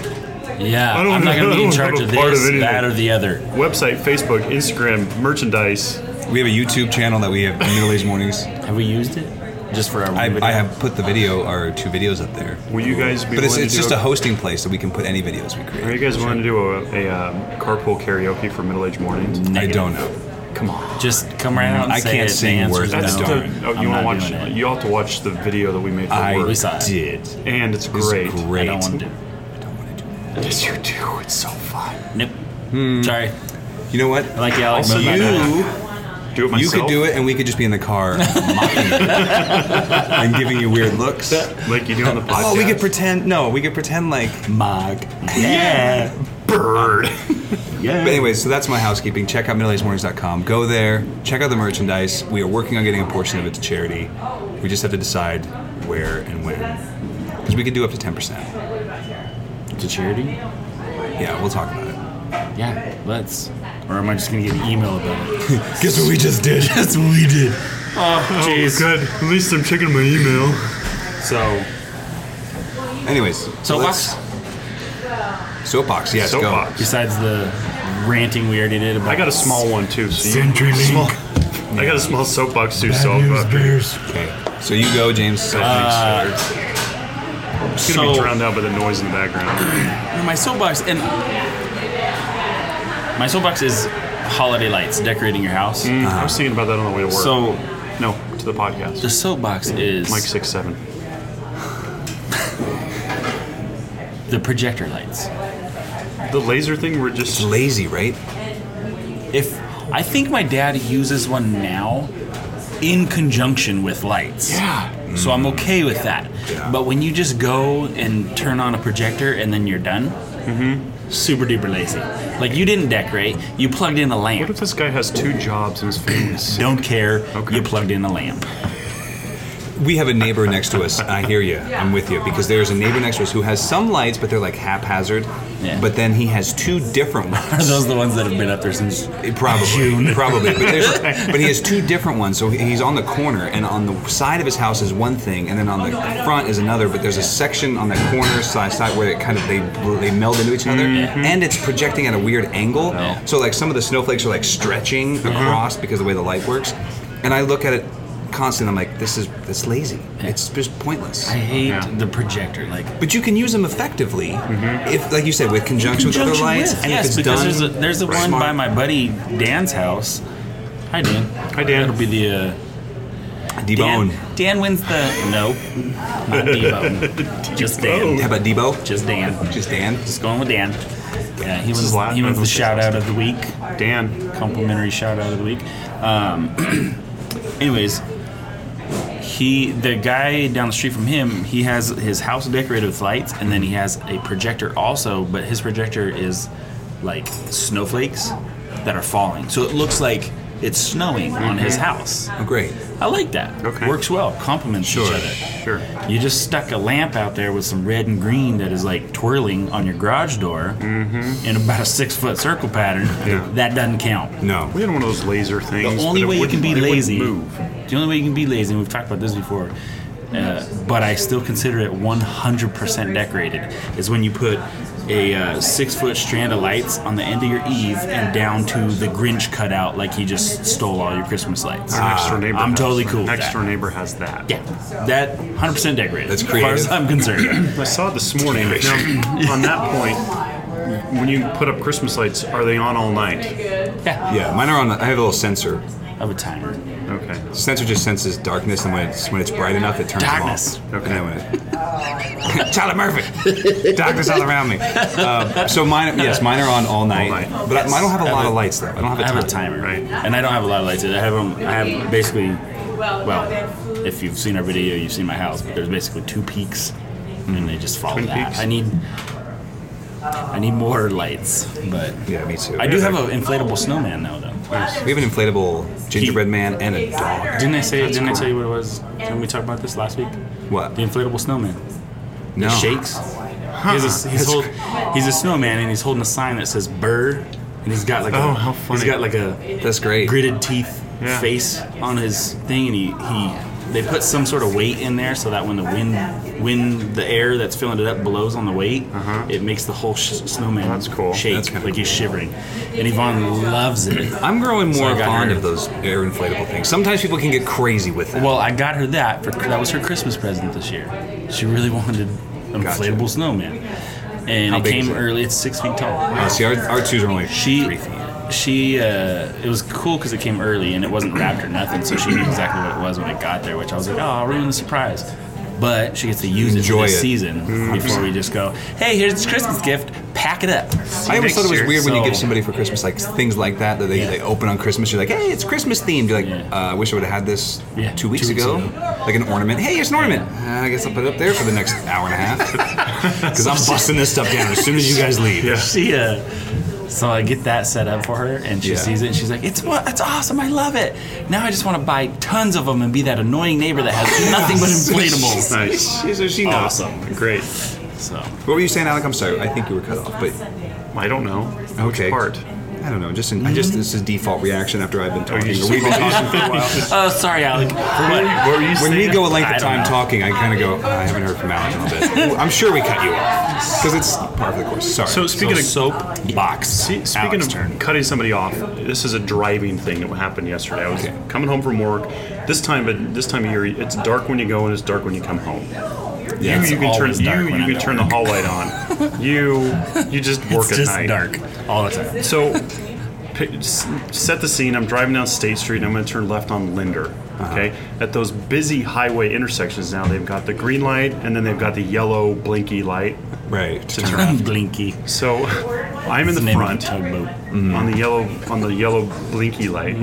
Speaker 3: Yeah.
Speaker 2: I don't
Speaker 3: I'm not gonna
Speaker 2: know.
Speaker 3: be in
Speaker 2: I'm
Speaker 3: charge
Speaker 2: a
Speaker 3: of
Speaker 2: part of
Speaker 3: this,
Speaker 2: anything.
Speaker 3: that or the other.
Speaker 2: Website, Facebook, Instagram, merchandise.
Speaker 5: we have a YouTube channel that we have middle aged mornings.
Speaker 3: Have we used it? Just for our
Speaker 5: I,
Speaker 3: video?
Speaker 5: I have put the video, our two videos up there.
Speaker 2: Will you guys be?
Speaker 5: But it's,
Speaker 2: willing
Speaker 5: it's
Speaker 2: to do
Speaker 5: just
Speaker 2: a,
Speaker 5: a hosting place that we can put any videos we
Speaker 2: Are you
Speaker 5: create.
Speaker 2: guys willing to do a, a um, carpool karaoke for middle-aged mornings?
Speaker 5: I
Speaker 3: Negative.
Speaker 5: don't know.
Speaker 2: Come on.
Speaker 3: Just come right out and
Speaker 5: I
Speaker 3: say
Speaker 5: can't
Speaker 3: it. The
Speaker 5: sing
Speaker 3: answer
Speaker 5: words
Speaker 3: is
Speaker 5: that
Speaker 2: That's
Speaker 3: no.
Speaker 5: don't.
Speaker 2: the, oh,
Speaker 3: I'm
Speaker 2: you want
Speaker 3: not
Speaker 2: to watch?
Speaker 3: doing it.
Speaker 2: You all have to watch the video that we made for
Speaker 5: I
Speaker 2: work,
Speaker 3: We saw it.
Speaker 5: did.
Speaker 2: and it's
Speaker 5: It's
Speaker 2: great.
Speaker 3: I
Speaker 5: great.
Speaker 3: don't want to do it.
Speaker 5: I don't want to do that.
Speaker 2: Yes, you do. It's so fun.
Speaker 3: Nope.
Speaker 5: Hmm.
Speaker 3: Sorry.
Speaker 5: You know what?
Speaker 3: I like you, Alex.
Speaker 2: Also,
Speaker 3: but I'm
Speaker 2: you-
Speaker 3: not doing it.
Speaker 2: Do it myself.
Speaker 5: You could do it, and we could just be in the car mocking you and giving you weird looks.
Speaker 2: like you do on the podcast.
Speaker 5: Oh, we could pretend. No, we could pretend like mog.
Speaker 3: Yeah.
Speaker 2: bird.
Speaker 5: But anyway, so that's my housekeeping. Check out middleagedmornings.com. Go there. Check out the merchandise. We are working on getting a portion of it to charity. We just have to decide where and when, because we could do up to ten percent.
Speaker 3: To charity?
Speaker 5: Yeah, we'll talk about it.
Speaker 3: Yeah, let's. Or am I just gonna get an email about it?
Speaker 5: Guess what we just did? That's what we did.
Speaker 2: Jeez. Oh, good. At least I'm checking my email.
Speaker 3: So
Speaker 5: Anyways, so
Speaker 3: Soapbox?
Speaker 5: let's- Soapbox, yes,
Speaker 2: Soapbox.
Speaker 3: besides the ranting we already did about
Speaker 2: I got a small one too. So you- Small, I got a small soapbox too. So I'm about to-
Speaker 5: go. Okay, so you go, James.
Speaker 3: Uh,
Speaker 2: it's gonna be
Speaker 3: So- Uh-huh.
Speaker 2: drowned out by the noise in the background.
Speaker 3: my soapbox and my soapbox is holiday lights decorating your house.
Speaker 2: I was thinking about that on the way to work.
Speaker 3: So
Speaker 2: no, to the podcast.
Speaker 3: the soapbox is
Speaker 2: Mike six seven.
Speaker 3: the projector lights.
Speaker 2: The laser thing, we're just.
Speaker 5: Lazy, right?
Speaker 3: If I think my dad uses one now in conjunction with lights. Yeah. So I'm okay with that. But when you just go and turn on a projector and then you're done,
Speaker 2: Mm-hmm.
Speaker 3: super duper lazy. Like you didn't decorate, you plugged in a
Speaker 2: What if
Speaker 3: lamp.
Speaker 2: this guy has two jobs and his family's sick?
Speaker 3: Don't care,
Speaker 2: Okay.
Speaker 3: you plugged in a lamp.
Speaker 5: We have a neighbor next to us. I hear you. I'm with you because there's a neighbor next to us who has some lights, but they're like haphazard.
Speaker 3: Yeah.
Speaker 5: But then he has two different ones.
Speaker 3: Are those the ones that have been up there since?
Speaker 5: It Probably, probably. But, there's- but he has two different ones. So he's on the corner, and on the side of his house is one thing, and then on the front is another. But there's a section on the corner side side where it kind of they they meld into each other,
Speaker 3: Mm-hmm.
Speaker 5: and it's projecting at a weird angle. So like some of the snowflakes are like stretching across because of the way the light works. And I look at it constantly. I'm like, this is that's lazy. It's just pointless.
Speaker 3: I hate the projector. Like
Speaker 5: But you can use them effectively
Speaker 3: Mm-hmm.
Speaker 5: if, like you said, with conjunction, with other lights, and
Speaker 3: yes,
Speaker 5: if it's done.
Speaker 3: because there's a, there's the one
Speaker 5: smart.
Speaker 3: by my buddy Dan's house. Hi Dan. Hi
Speaker 2: Dan.
Speaker 3: That'll be the uh, Dan.
Speaker 5: debone.
Speaker 3: Dan wins the no, not Debo. just
Speaker 5: How
Speaker 2: Oh.
Speaker 3: Dan.
Speaker 5: about Debo?
Speaker 3: Just Dan.
Speaker 5: Just Dan.
Speaker 3: Just going with Dan. Yeah, he
Speaker 2: is
Speaker 3: wins.
Speaker 2: Latin,
Speaker 3: He wins the
Speaker 2: that's
Speaker 3: shout out of the week.
Speaker 2: Dan.
Speaker 3: Complimentary shout out of the week. Um, anyways, he the guy down the street from him he has his house decorated with lights and then he has a projector also but his projector is like snowflakes that are falling so it looks like it's snowing on his house
Speaker 5: Oh, great.
Speaker 3: i like that
Speaker 2: Okay.
Speaker 3: works well complements each other
Speaker 2: Sure.
Speaker 3: you just stuck a lamp out there with some red and green that is like twirling on your garage door in about a six foot circle pattern
Speaker 2: Mm-hmm. Yeah.
Speaker 3: that doesn't count
Speaker 5: No.
Speaker 2: We had one of those laser things.
Speaker 3: the
Speaker 2: but
Speaker 3: only
Speaker 2: it
Speaker 3: way you can
Speaker 2: wouldn't-
Speaker 3: be
Speaker 2: it wouldn't
Speaker 3: lazy.
Speaker 2: Move.
Speaker 3: The only way you can be lazy, and we've talked about this before, uh, but I still consider it 100% decorated, is when you put a uh, six foot strand of lights on the end of your eave and down to the Grinch cutout, like he just stole all your Christmas lights.
Speaker 2: Our next door neighbor.
Speaker 3: Ah, I'm
Speaker 2: has-
Speaker 3: totally
Speaker 2: our
Speaker 3: cool with
Speaker 2: Next
Speaker 3: that.
Speaker 2: door neighbor has that.
Speaker 3: Yeah, that 100% decorated.
Speaker 5: That's
Speaker 3: As
Speaker 5: creative.
Speaker 3: far as I'm concerned.
Speaker 2: I saw it this morning. Now, on that point, when you put up Christmas lights, are they on all night?
Speaker 3: yeah,
Speaker 5: Yeah, mine are on. I have a little sensor.
Speaker 3: I have a timer.
Speaker 2: Okay.
Speaker 5: The sensor just senses darkness, and when it's when it's bright enough, it turns
Speaker 3: Darkness.
Speaker 5: them off. Okay. Tyler Murphy. darkness all around me. Um, so mine, yes, mine are on all night.
Speaker 2: night.
Speaker 5: But I, mine don't have a
Speaker 3: I
Speaker 5: lot
Speaker 3: have
Speaker 5: of
Speaker 3: a-
Speaker 5: lights though. I don't have a
Speaker 3: I have a
Speaker 5: ton.
Speaker 3: timer,
Speaker 2: Right.
Speaker 3: And I don't have a lot of lights. I have 'em- I have basically, well, if you've seen our video, you've seen my house, but there's basically two peaks, and they just follow
Speaker 2: Twin
Speaker 3: that.
Speaker 2: peaks?
Speaker 3: I need, I need more lights, but
Speaker 5: Yeah, me too.
Speaker 3: I do have an inflatable snowman now, though.
Speaker 5: We have an inflatable gingerbread man and a dog.
Speaker 3: Didn't I say? Didn't I tell you what it was? Didn't we talk about this last week?
Speaker 5: What?
Speaker 3: The inflatable snowman.
Speaker 5: No.
Speaker 3: It shakes. He has a, he's, hold, he's a snowman, and he's holding a sign that says "Burr," and he's got like
Speaker 2: Oh,
Speaker 3: a,
Speaker 2: how
Speaker 3: he's
Speaker 2: funny.
Speaker 3: got like a
Speaker 5: That's great.
Speaker 3: gritted teeth
Speaker 2: Yeah.
Speaker 3: face on his thing, and he, he they put some sort of weight in there so that when the wind when the air that's filling it up blows on the weight, it makes the whole sh- snowman
Speaker 2: That's cool.
Speaker 3: shake
Speaker 5: Uh-huh. That's kinda
Speaker 3: like he's shivering. And Yvonne loves it.
Speaker 5: I'm growing
Speaker 3: So I
Speaker 5: more
Speaker 3: got
Speaker 5: fond
Speaker 3: her-
Speaker 5: of those air inflatable things. Sometimes people can get crazy with them.
Speaker 3: Well, I got her that for that was her Christmas present this year. She really wanted an
Speaker 5: Gotcha.
Speaker 3: inflatable snowman, and
Speaker 5: How
Speaker 3: it
Speaker 5: big is
Speaker 3: came
Speaker 5: it?
Speaker 3: early. It's six feet tall.
Speaker 5: Uh, see, our, our twos are only three
Speaker 3: She,
Speaker 5: feet.
Speaker 3: she, uh, it was cool because it came early and it wasn't wrapped or nothing, so she knew exactly what it was when it got there. Which I was like, oh, I'll ruin the surprise. But she gets to use
Speaker 5: Enjoy
Speaker 3: it this
Speaker 5: it.
Speaker 3: season before we just go, hey, here's this Christmas gift, pack it up.
Speaker 5: I always thought it was
Speaker 2: year.
Speaker 5: weird when you
Speaker 3: So-
Speaker 5: give somebody for Christmas like things like that that they,
Speaker 3: Yeah.
Speaker 5: they open on Christmas. You're like, hey, it's Christmas themed. You're like,
Speaker 3: Yeah.
Speaker 5: uh, I wish I would have had this
Speaker 3: Yeah,
Speaker 5: two weeks
Speaker 3: two weeks
Speaker 5: ago,
Speaker 3: ago.
Speaker 5: like an ornament. Hey, it's an ornament. Uh, I guess I'll put it up there for the next hour and a half because I'm busting this stuff down as soon as you guys leave.
Speaker 2: Yeah.
Speaker 3: She uh so I get that set up for her and she
Speaker 5: Yeah.
Speaker 3: sees it and she's like, It's what it's awesome, I love it. Now I just want to buy tons of them and be that annoying neighbor that has nothing but inflatables.
Speaker 2: Nice.
Speaker 5: She- so she knows.
Speaker 3: awesome.
Speaker 2: Great.
Speaker 3: So
Speaker 5: What were you saying, Alec? I'm sorry. I think you were cut off, but
Speaker 2: I don't know. Which
Speaker 5: okay.
Speaker 2: Part.
Speaker 5: I don't know. Just in, I just this is default reaction after I've been talking.
Speaker 2: you
Speaker 5: We've been talking for a while.
Speaker 3: Oh sorry Alec. For what?
Speaker 2: What were you
Speaker 5: When we
Speaker 2: saying?
Speaker 5: go a length
Speaker 3: I
Speaker 5: of
Speaker 3: don't
Speaker 5: time
Speaker 3: know.
Speaker 5: talking, I kind of go, "Oh, I haven't heard from Alec in a bit. Ooh, I'm sure we cut you off because it's part of the course. Sorry.
Speaker 2: So speaking of
Speaker 3: soap box.
Speaker 2: See, speaking
Speaker 3: Alec's
Speaker 2: of
Speaker 3: turn.
Speaker 2: cutting somebody off, this is a driving thing that happened yesterday. I was
Speaker 5: Okay.
Speaker 2: coming home from work. This time, of- this time of year, it's dark when you go and it's dark when you come home.
Speaker 3: Yeah,
Speaker 2: you,
Speaker 3: it's
Speaker 2: you can turn
Speaker 3: always dark
Speaker 2: you,
Speaker 3: when
Speaker 2: you
Speaker 3: I'm
Speaker 2: can turn the hall light on. you you just work
Speaker 3: It's
Speaker 2: at
Speaker 3: just
Speaker 2: night.
Speaker 3: dark all the time.
Speaker 2: So pick, s- set the scene. I'm driving down State Street and I'm going to turn left on Linder.
Speaker 3: Uh-huh.
Speaker 2: Okay, at those busy highway intersections now, they've got the green light and then they've got the yellow blinky light.
Speaker 5: Right.
Speaker 2: To turn on.
Speaker 3: Blinky.
Speaker 2: So I'm in the
Speaker 3: Name of
Speaker 2: front
Speaker 3: the Mm-hmm. tugboat.
Speaker 2: on the yellow on the yellow blinky light.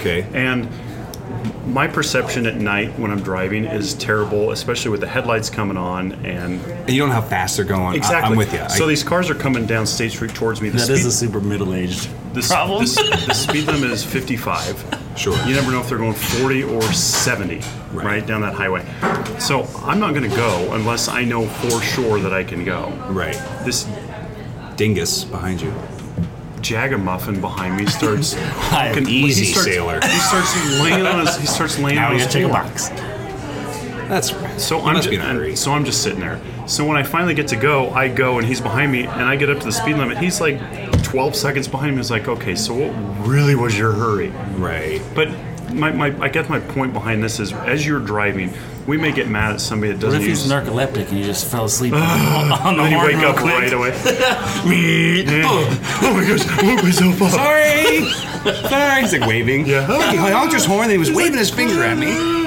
Speaker 5: Okay.
Speaker 2: And my perception at night when I'm driving is terrible, especially with the headlights coming on and
Speaker 5: And you don't know how fast they're going. I,
Speaker 2: exactly.
Speaker 5: am with you.
Speaker 2: So
Speaker 5: I,
Speaker 2: these cars are coming down State Street towards me. The
Speaker 3: That
Speaker 2: speed,
Speaker 3: is a super middle aged.
Speaker 2: the, s-
Speaker 3: problem.
Speaker 2: the s- the speed limit is 55.
Speaker 5: sure.
Speaker 2: You never know if they're going 40 or 70, right,
Speaker 5: Right.
Speaker 2: down that highway. So I'm not going to go unless I know for sure that I can go.
Speaker 5: right.
Speaker 2: This
Speaker 5: Dingus behind you.
Speaker 2: jagamuffin behind me starts
Speaker 3: Hi,
Speaker 2: fucking-
Speaker 3: easy
Speaker 2: he starts,
Speaker 5: sailor.
Speaker 2: He starts laying on his. He starts laying
Speaker 3: Now
Speaker 2: on
Speaker 3: we
Speaker 2: his
Speaker 3: gotta take a
Speaker 2: horn.
Speaker 3: box.
Speaker 5: That's right.
Speaker 2: So
Speaker 5: He
Speaker 2: I'm
Speaker 5: must
Speaker 2: just,
Speaker 5: be in a hurry.
Speaker 2: so I'm just sitting there. So when I finally get to go, I go and he's behind me, and I get up to the speed limit. He's like 12 seconds behind me. He's like, okay, so what really was your hurry?
Speaker 5: right.
Speaker 2: But my, my I guess my point behind this is, as you're driving, we may get mad at somebody that
Speaker 3: What
Speaker 2: doesn't
Speaker 3: if he's
Speaker 2: use.
Speaker 3: narcoleptic and you just fell asleep on the, on the
Speaker 2: and then you
Speaker 3: horn
Speaker 2: wake
Speaker 3: real
Speaker 2: up
Speaker 3: quick?
Speaker 2: right away. oh my gosh, I woke myself up.
Speaker 5: Sorry. Sorry. He's like waving.
Speaker 2: Yeah.
Speaker 5: He honked his horn and he was waving his finger at me.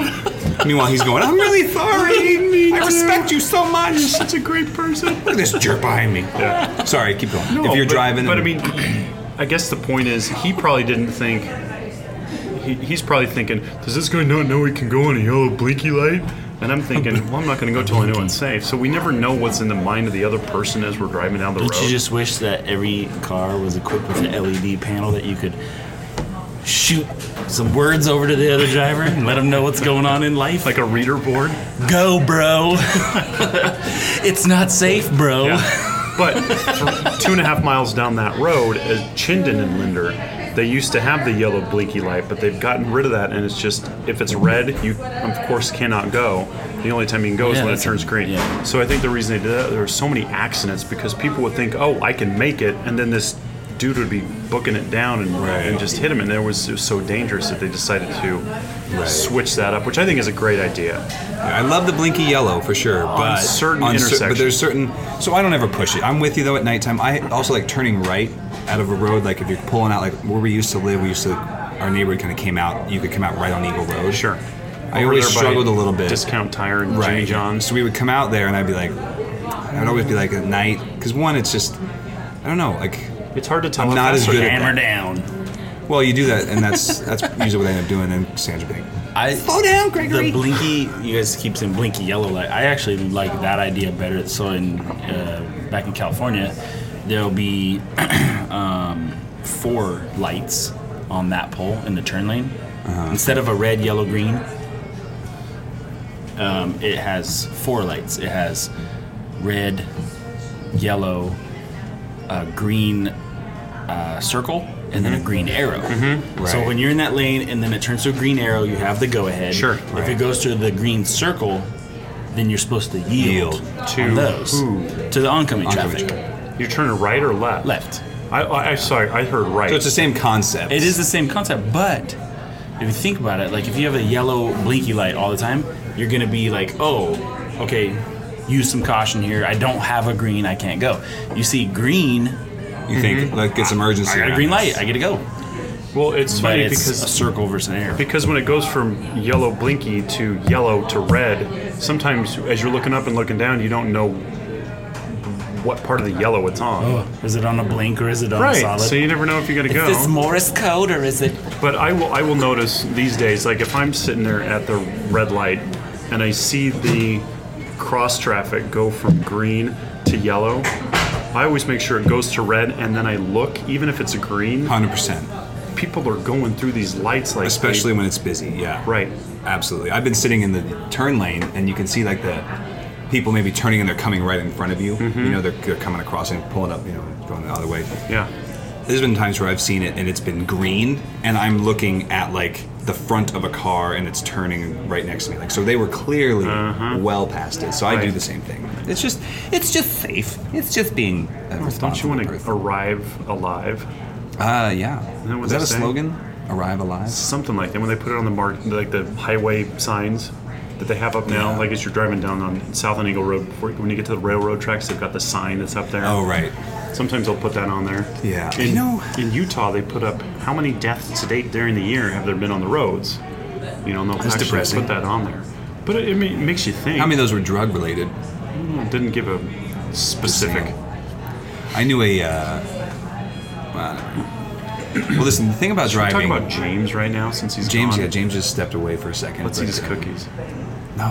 Speaker 5: Meanwhile, he's going, I'm really sorry. I respect you so much. You're such a great person. Look at this jerk behind me.
Speaker 2: Yeah.
Speaker 5: Sorry, keep going.
Speaker 2: No,
Speaker 5: if you're
Speaker 2: Oh, but-
Speaker 5: driving.
Speaker 2: But I mean, I guess the point is, he probably didn't think. He, he's probably thinking, does this guy not know he can go on a yellow blinky light? And I'm thinking, well, I'm not going to go till I know it's safe. So we never know what's in the mind of the other person as we're driving down the
Speaker 3: Don't you
Speaker 2: road.
Speaker 3: just wish that every car was equipped with an LED panel that you could shoot some words over to the other driver and let them know what's going on in life? Like,
Speaker 2: Like a reader board.
Speaker 3: go, bro. it's not safe, bro.
Speaker 2: Yeah. But th- two and a half miles down that road, at Chinden and Linder, they used to have the yellow blinky light, but they've gotten rid of that, and it's just if it's red, you of course cannot go. The only time you can go is
Speaker 3: Yeah,
Speaker 2: when it
Speaker 3: that's-
Speaker 2: turns green.
Speaker 3: yeah.
Speaker 2: So I think the reason they did that, there were so many accidents because people would think, oh, I can make it, and then this dude would be booking it down and, and just hit him, and there was, it was so dangerous that they decided to
Speaker 5: Right.
Speaker 2: switch that up, which I think is a great idea.
Speaker 5: I love the blinky yellow for sure, but
Speaker 2: certain
Speaker 5: cer-
Speaker 2: intersections.
Speaker 5: but there's certain. So I don't ever push it. I'm with you though at nighttime. I also like turning right out of a road. Like if you're pulling out, like where we used to live, we used to our neighborhood kind of came out. You could come out right on Eagle Road.
Speaker 2: Sure.
Speaker 5: I
Speaker 2: Over
Speaker 5: always
Speaker 2: there by
Speaker 5: struggled a little bit.
Speaker 2: Discount tire and Jimmy John's.
Speaker 5: So we would come out there, and I'd be like, I'd always be like at night because one, it's just I don't know, like.
Speaker 2: It's hard to tell.
Speaker 5: I'm
Speaker 2: if
Speaker 5: not
Speaker 2: that's
Speaker 5: as
Speaker 2: a
Speaker 5: good at
Speaker 2: hammer.
Speaker 3: Hammer down.
Speaker 5: Well, you do that, and that's that's usually what I end up doing. And Sandra would be like,
Speaker 3: I,
Speaker 5: "Slow down, Gregory."
Speaker 3: The blinky, you guys keep saying blinky yellow light. I actually like that idea better. So in uh, back in California, there'll be um, four lights on that pole in the turn lane
Speaker 5: Uh-huh.
Speaker 3: instead of a red, yellow, green. Um, it has four lights. It has red, yellow, a green uh, circle, and then a green arrow. So
Speaker 5: Mm-hmm. Right.
Speaker 3: when you're in that lane and then it turns to a green arrow, you have the go ahead.
Speaker 2: Sure.
Speaker 3: If
Speaker 5: Right.
Speaker 3: it goes to the green circle, then you're supposed to yield,
Speaker 5: Yield
Speaker 3: to on those
Speaker 2: who?
Speaker 3: to the oncoming,
Speaker 5: Oncoming
Speaker 3: traffic.
Speaker 5: traffic.
Speaker 2: You're turning right or left?
Speaker 3: Left.
Speaker 2: I, I, I sorry, I heard right.
Speaker 5: So it's the same concept.
Speaker 3: It is the same concept, but if you think about it, like if you have a yellow blinky light all the time, you're gonna be like, oh, okay, use some caution here. I don't have a green, I can't go. You see green,
Speaker 5: You think like it's emergency?
Speaker 3: Mm-hmm. I got a
Speaker 5: around
Speaker 3: green light,
Speaker 5: this.
Speaker 3: I get to go.
Speaker 2: well, it's
Speaker 3: But
Speaker 2: funny
Speaker 3: it's a
Speaker 2: because
Speaker 3: circle versus an arrow.
Speaker 2: because when it goes from yellow blinky to yellow to red, sometimes as you're looking up and looking down, you don't know what part of the yellow it's on.
Speaker 3: Is it on a blink or is it on a
Speaker 2: Right,
Speaker 3: Oh, solid?
Speaker 2: so you never know if you're gonna go.
Speaker 3: Morris code or is it?
Speaker 2: But I will I will notice these days, like if I'm sitting there at the red light and I see the cross traffic go from green to yellow, I always make sure it goes to red and then I look, even if it's a green,
Speaker 5: Hundred percent,
Speaker 2: people are going through these lights like
Speaker 5: especially when it's busy. Yeah,
Speaker 2: they- right.
Speaker 5: Absolutely. I've been sitting in the turn lane, and you can see like the people maybe turning and they're coming right in front of you.
Speaker 2: Mm-hmm.
Speaker 5: You know, they're, they're coming across and pulling up. You know, going the other way.
Speaker 2: Yeah.
Speaker 5: There's been times where I've seen it and it's been green, and I'm looking at like the front of a car and it's turning right next to me. Like so, they were clearly well past it. So I do
Speaker 2: Uh-huh. Right.
Speaker 5: the same thing.
Speaker 1: It's just, it's just safe. It's just being.
Speaker 5: Uh,
Speaker 2: Don't you
Speaker 5: responsible
Speaker 2: want to
Speaker 5: person.
Speaker 2: arrive alive?
Speaker 5: Uh, yeah.
Speaker 2: that what
Speaker 5: Is that
Speaker 2: they
Speaker 5: a
Speaker 2: say?
Speaker 5: slogan? Arrive alive.
Speaker 2: Something like that. When they put it on the mark, like the highway signs, that they have up now. Like as you're driving down on South and Eagle Road, before, when you get to the railroad tracks, they've got the sign that's up there.
Speaker 5: Oh right.
Speaker 2: Sometimes they'll put that on there.
Speaker 5: Yeah.
Speaker 2: In,
Speaker 5: You know-
Speaker 2: in Utah, they put up how many deaths to date during the year have there been on the roads? You know, and they'll actually
Speaker 5: depressing.
Speaker 2: put that on there. But it, it ma- makes you think.
Speaker 5: How many of those were drug related?
Speaker 2: It didn't give a specific.
Speaker 5: I knew a. Uh, well, I don't know. well, listen. The thing about
Speaker 2: We're
Speaker 5: driving,
Speaker 2: talking about James right now since he's
Speaker 5: James.
Speaker 2: gone.
Speaker 5: Yeah, James just stepped away for a 2nd
Speaker 2: Let's eat his cookies.
Speaker 5: No,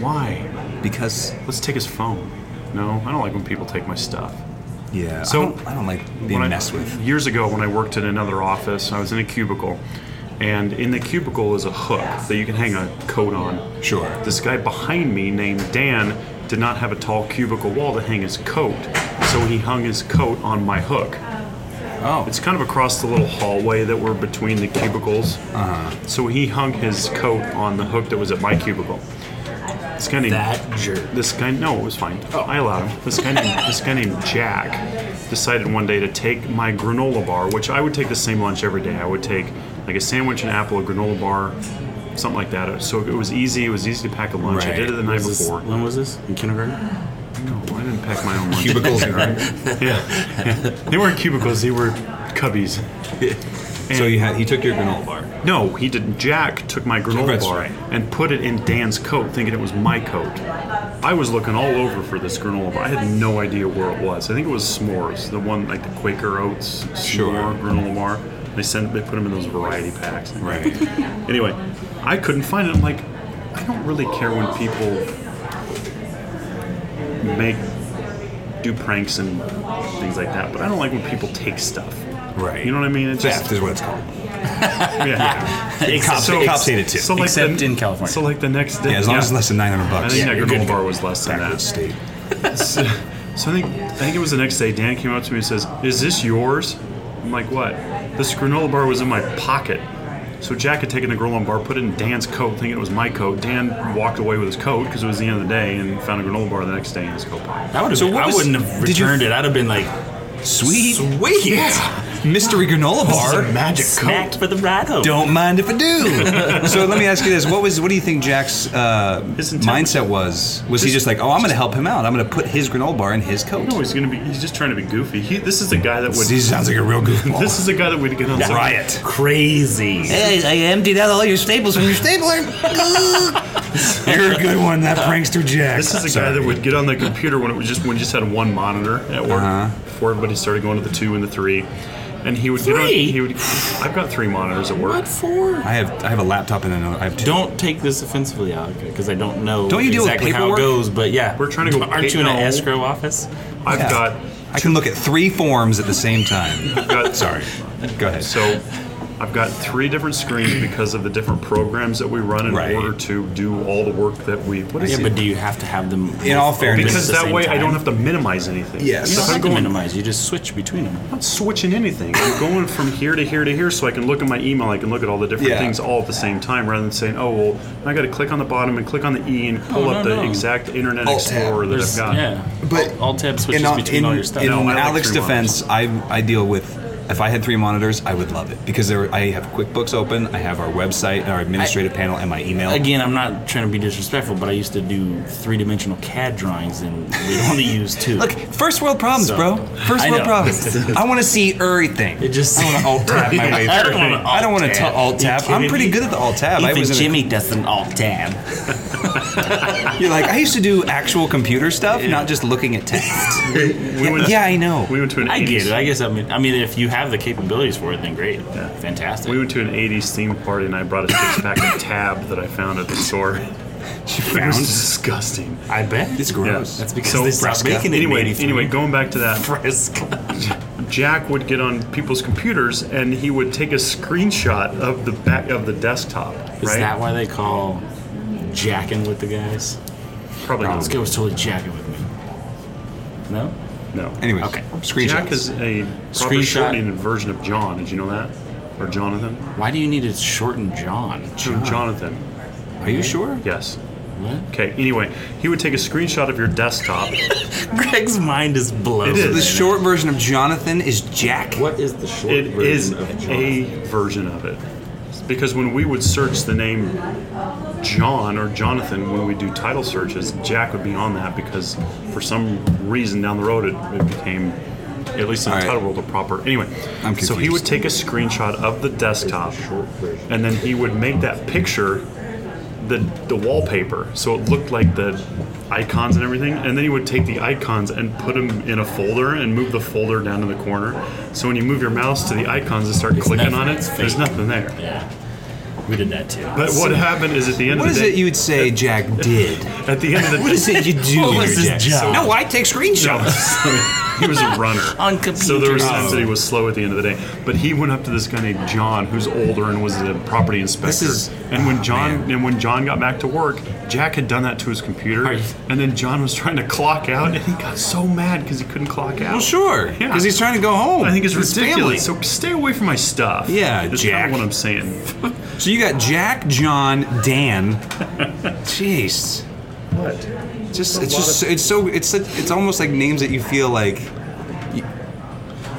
Speaker 2: Why?
Speaker 5: because
Speaker 2: Let's take his phone. No, I don't like when people take my stuff.
Speaker 5: yeah.
Speaker 2: So-
Speaker 5: I don't, I don't like being
Speaker 2: When I-
Speaker 5: messed with.
Speaker 2: Years ago, when I worked in another office, I was in a cubicle, and in the cubicle is a hook that you can hang a coat on.
Speaker 5: Sure.
Speaker 2: This guy behind me, named Dan, did not have a tall cubicle wall to hang his coat, so he hung his coat on my hook.
Speaker 5: Oh,
Speaker 2: It's kind of across the little hallway that were between the cubicles. Uh-huh. So he hung his coat on the hook that was at my cubicle. This guy named
Speaker 3: That jerk.
Speaker 2: this guy no, it was fine. Oh, I allowed him. This guy named this guy named Jack decided one day to take my granola bar, which I would take the same lunch every day. I would take like a sandwich, an apple, a granola bar, something like that. So it was easy. It was easy to pack a lunch. I
Speaker 5: Right.
Speaker 2: did it the night before.
Speaker 3: When was this? In kindergarten?
Speaker 2: No, I oh, didn't pack my own lunch.
Speaker 5: cubicles are.
Speaker 2: they weren't cubicles. They were cubbies.
Speaker 5: So you had he took your granola bar.
Speaker 2: No, he didn't. Jack took my granola
Speaker 5: That's
Speaker 2: bar
Speaker 5: right.
Speaker 2: and put it in Dan's coat, thinking it was my coat. I was looking all over for this granola bar. I had no idea where it was. I think it was S'mores, the one like the Quaker Oats S'more
Speaker 5: Sure.
Speaker 2: granola bar. They sent, they put them in those variety packs.
Speaker 5: Right.
Speaker 2: Anyway, I couldn't find it. I'm like, I don't really care when people make do pranks and things like that, but I don't like when people take stuff.
Speaker 5: Right.
Speaker 2: You know what I mean? It's
Speaker 5: Theft is what it's called.
Speaker 2: yeah.
Speaker 5: Cops,
Speaker 2: So-
Speaker 5: cops hate it too.
Speaker 2: So like
Speaker 3: Except
Speaker 2: the-
Speaker 3: in California.
Speaker 2: So like the next day.
Speaker 5: yeah, as long as it's less than 900
Speaker 2: I
Speaker 5: bucks.
Speaker 2: think that
Speaker 5: you're
Speaker 2: granola
Speaker 5: good.
Speaker 2: bar was less than
Speaker 5: Backward
Speaker 2: that.
Speaker 5: state.
Speaker 2: So, so I think I think it was the next day. Dan came up to me and says, "Is this yours?" I'm like, "What?" This granola bar was in my pocket. So Jack had taken the granola bar, put it in Dan's coat, thinking it was my coat. Dan walked away with his coat because it was the end of the day, and found a granola bar the next day in his coat pocket.
Speaker 3: I would have.
Speaker 5: So what
Speaker 3: I
Speaker 5: was-
Speaker 3: wouldn't have
Speaker 5: did you-
Speaker 3: returned it. I'd have been like
Speaker 5: Sweet. Sweet. Yeah. Mystery granola bar.
Speaker 2: Magic
Speaker 3: smacked for the ride home.
Speaker 5: Don't mind if I do. so let me ask you this: What was? What do you think Jack's uh,
Speaker 2: His intent-
Speaker 5: mindset was? Was he just like, "Oh, I'm going to help him out. I'm going to put his granola bar in his coat"?
Speaker 2: No, he's gonna be—he's just trying to be goofy. He, this is the guy that would.
Speaker 5: he sounds like a real goofball.
Speaker 2: This is the guy that would get on some-
Speaker 5: riot.
Speaker 3: Crazy.
Speaker 5: Hey, I emptied out all your staples from your stapler. You're a good one. That prankster Jack.
Speaker 2: This is the guy that would get on the computer when it was just when you just had one monitor at work
Speaker 5: Uh-huh.
Speaker 2: before everybody started going to the two and the three, and he would get on.
Speaker 3: Three?
Speaker 2: He would. I've got three monitors at work.
Speaker 3: What for?
Speaker 5: I have I have a laptop and another. I have two.
Speaker 3: Don't take this offensively, Alka, because I don't know
Speaker 5: Don't you deal with
Speaker 3: exactly how it
Speaker 5: paperwork?
Speaker 3: goes, but yeah.
Speaker 2: We're trying to go
Speaker 3: Aren't you in an
Speaker 2: pay- no.
Speaker 3: escrow office?
Speaker 2: I've
Speaker 5: Yeah.
Speaker 2: got.
Speaker 5: I can look at three forms at the same time.
Speaker 2: I've got
Speaker 5: Sorry. Go ahead.
Speaker 2: So, I've got three different screens because of the different programs that we run in
Speaker 5: Right.
Speaker 2: order to do all the work that we. What is
Speaker 3: Yeah,
Speaker 2: it?
Speaker 3: but do you have to have them?
Speaker 5: In all fairness-
Speaker 2: because
Speaker 5: at the
Speaker 2: that way I don't have to minimize anything.
Speaker 5: Yes.
Speaker 3: You
Speaker 2: If
Speaker 3: don't
Speaker 2: I'm
Speaker 3: have to
Speaker 2: going-
Speaker 3: minimize. You just switch between them.
Speaker 2: not switching anything. I'm going from here to here to here so I can look at my email, I can look at all the different
Speaker 5: Yeah.
Speaker 2: things all at the same time rather than saying, oh, well, I got to click on the bottom and click on the E and pull
Speaker 3: No,
Speaker 2: up
Speaker 3: Oh, no,
Speaker 2: the
Speaker 3: no.
Speaker 2: exact Internet
Speaker 5: Alt tab.
Speaker 2: Explorer that I've
Speaker 3: There's-
Speaker 2: got.
Speaker 3: yeah.
Speaker 5: But
Speaker 3: all, all tab switches
Speaker 5: in,
Speaker 3: between
Speaker 5: in,
Speaker 3: all your stuff.
Speaker 5: In
Speaker 2: No, I like
Speaker 5: Alex's
Speaker 2: three
Speaker 5: defense, I, I deal with. If I had three monitors, I would love it because there I have QuickBooks open, I have our website, our administrative panel, and my email.
Speaker 3: Again, I'm not trying to be disrespectful, but I used to do three-dimensional CAD drawings, and we only use two.
Speaker 5: Look, first world problems,
Speaker 3: So-
Speaker 5: bro. First
Speaker 3: I
Speaker 5: world
Speaker 3: know.
Speaker 5: problems. I want to see everything.
Speaker 3: It just-
Speaker 5: I want to alt tab my way through.
Speaker 3: I don't wanna
Speaker 5: I don't want to
Speaker 3: alt-tab.
Speaker 5: alt tab.
Speaker 3: You kidding
Speaker 5: I'm pretty
Speaker 3: me?
Speaker 5: good at the alt tab. I
Speaker 3: Even
Speaker 5: was in a-
Speaker 3: Jimmy does an alt tab.
Speaker 5: you're like I used to do actual computer stuff, not just looking at text.
Speaker 2: We went,
Speaker 5: yeah, I know.
Speaker 2: We went to an
Speaker 3: I
Speaker 2: 80s,
Speaker 3: get it. I guess I mean, I mean, if you have the capabilities for it, then great, fantastic.
Speaker 2: We went to an 80s theme party and I brought a six pack of Tab that I found at the store. It was disgusting.
Speaker 3: I bet
Speaker 5: It's gross.
Speaker 3: that's because
Speaker 2: So
Speaker 3: they stopped
Speaker 5: Fresca.
Speaker 3: making it. in
Speaker 2: Anyway,
Speaker 3: 83.
Speaker 2: anyway, going back to that,
Speaker 3: Fresca.
Speaker 2: Jack would get on people's computers and he would take a screenshot of the back of the desktop.
Speaker 3: Is
Speaker 2: right?
Speaker 3: that why they call jacking with the guys?
Speaker 2: Probably not.
Speaker 3: This guy was totally jacking with me. No?
Speaker 2: No.
Speaker 5: Anyways,
Speaker 3: Okay.
Speaker 5: screenshots.
Speaker 2: Jack is a proper
Speaker 3: Screenshot.
Speaker 2: shortening version of John. Did you know that? Or Jonathan?
Speaker 3: Why do you need to shorten John?
Speaker 2: John. Jonathan.
Speaker 5: Are you sure?
Speaker 2: Yes.
Speaker 3: What?
Speaker 2: Okay. Anyway, he would take a screenshot of your desktop.
Speaker 3: Greg's mind is blown.
Speaker 2: It is.
Speaker 5: The short version of Jonathan is Jack.
Speaker 3: What is the short
Speaker 2: it
Speaker 3: version
Speaker 2: is
Speaker 3: of John?
Speaker 2: a version of it. Because when we would search the name John or Jonathan, when we do title searches, Jack would be on that because for some reason down the road it, it became, at least in the
Speaker 5: All right.
Speaker 2: title world, a proper. Anyway,
Speaker 5: I'm
Speaker 2: so he would
Speaker 5: confused.
Speaker 2: take a screenshot of the desktop and then he would make that picture the, the wallpaper so it looked like the icons and everything and then he would take the icons and put them in a folder and move the folder down to the corner so when you move your mouse to the icons and start clicking on
Speaker 3: nothing,
Speaker 2: it
Speaker 3: it's
Speaker 2: there's
Speaker 3: fake.
Speaker 2: nothing there
Speaker 3: Yeah. We did that too.
Speaker 2: but what happened is at the end
Speaker 5: What
Speaker 2: of
Speaker 5: is
Speaker 2: the day
Speaker 5: it you would say Jack did?
Speaker 2: at the end of the
Speaker 5: What is it you do
Speaker 3: What was
Speaker 5: here,
Speaker 3: his
Speaker 5: Jack?
Speaker 3: job?
Speaker 5: No, I take screenshots.
Speaker 2: he was a runner
Speaker 3: On
Speaker 2: So there were
Speaker 3: computers.
Speaker 2: times that he was slow at the end of the day. But he went up to this guy named John, who's older and was a property inspector.
Speaker 5: is-
Speaker 2: and when
Speaker 5: oh,
Speaker 2: John
Speaker 5: man.
Speaker 2: and when John got back to work, Jack had done that to his computer,
Speaker 3: Are you-
Speaker 2: and then John was trying to clock out, and he got so mad because he couldn't clock out.
Speaker 5: Well, sure, because
Speaker 2: Yeah.
Speaker 5: he's trying to go home.
Speaker 2: I think it's
Speaker 5: with his family.
Speaker 2: ridiculous. So stay away from my stuff.
Speaker 5: Yeah,
Speaker 2: That's
Speaker 5: Jack.
Speaker 2: Not what I'm saying.
Speaker 5: So you got Jack, John, Dan. Jeez,
Speaker 2: What?
Speaker 5: just it's just it's so it's such, it's almost like names that you feel like. you-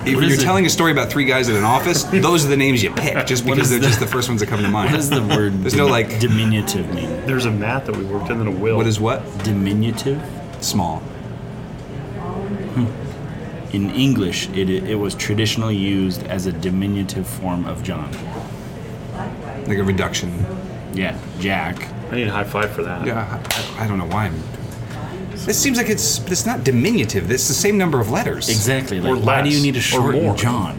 Speaker 5: If
Speaker 3: What is
Speaker 5: you're
Speaker 3: it?
Speaker 5: telling a story about three guys in an office, those are the names you pick just
Speaker 3: What
Speaker 5: because
Speaker 3: is
Speaker 5: they're
Speaker 3: the-
Speaker 5: just the first ones that come to mind.
Speaker 3: What is the word?
Speaker 5: There's no, like-
Speaker 3: diminutive mean.
Speaker 2: There's a Matt that we worked in and a Will.
Speaker 5: What is what?
Speaker 3: Diminutive.
Speaker 5: Small.
Speaker 3: In English, it it was traditionally used as a diminutive form of John.
Speaker 5: Like a reduction.
Speaker 3: Yeah, Jack.
Speaker 2: I need a high five for that.
Speaker 5: Yeah, I, I don't know why I'm. This seems like it's it's not diminutive. It's the same number of letters.
Speaker 3: Exactly. Like,
Speaker 2: Or
Speaker 3: why do you
Speaker 2: less,
Speaker 3: need
Speaker 2: or
Speaker 3: to shorten
Speaker 2: more.
Speaker 3: John?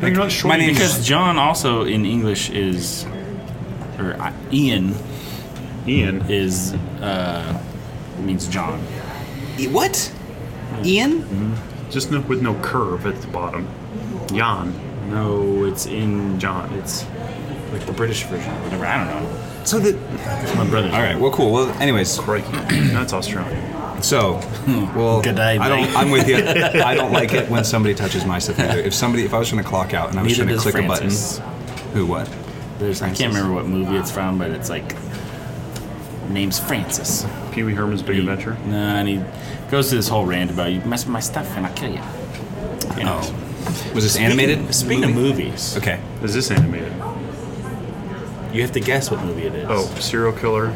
Speaker 2: No, you're not sure.
Speaker 5: my name-
Speaker 3: Because John also in English is, or I- Ian
Speaker 2: Ian.
Speaker 3: is uh, means John.
Speaker 5: E- What? Ian?
Speaker 2: Just no, with no curve at the bottom. Jan.
Speaker 3: No, it's in
Speaker 2: John.
Speaker 3: It's like the British version, or whatever. I don't know.
Speaker 5: So the.
Speaker 3: It's my brother.
Speaker 5: All right. Well, cool. Well, anyways,
Speaker 2: Crikey. That's Australian.
Speaker 5: so well,
Speaker 3: Good day,
Speaker 5: I don't.
Speaker 3: mate.
Speaker 5: I'm with you. I don't like it when somebody touches my stuff either. If somebody, if I was trying to clock out and I was trying
Speaker 3: Neither
Speaker 5: to
Speaker 3: does
Speaker 5: click
Speaker 3: Francis.
Speaker 5: a button, who what?
Speaker 3: There's, I can't remember what movie it's from, but it's like name's Francis.
Speaker 2: Pee Wee Herman's Big Adventure.
Speaker 3: No, and he goes to this whole rant about you mess with my stuff and I'll kill you. You know.
Speaker 5: Oh. Was this animated?
Speaker 3: Speaking of movies,
Speaker 5: Okay.
Speaker 2: Is this animated?
Speaker 3: you have to guess what movie it is.
Speaker 2: Oh, serial killer,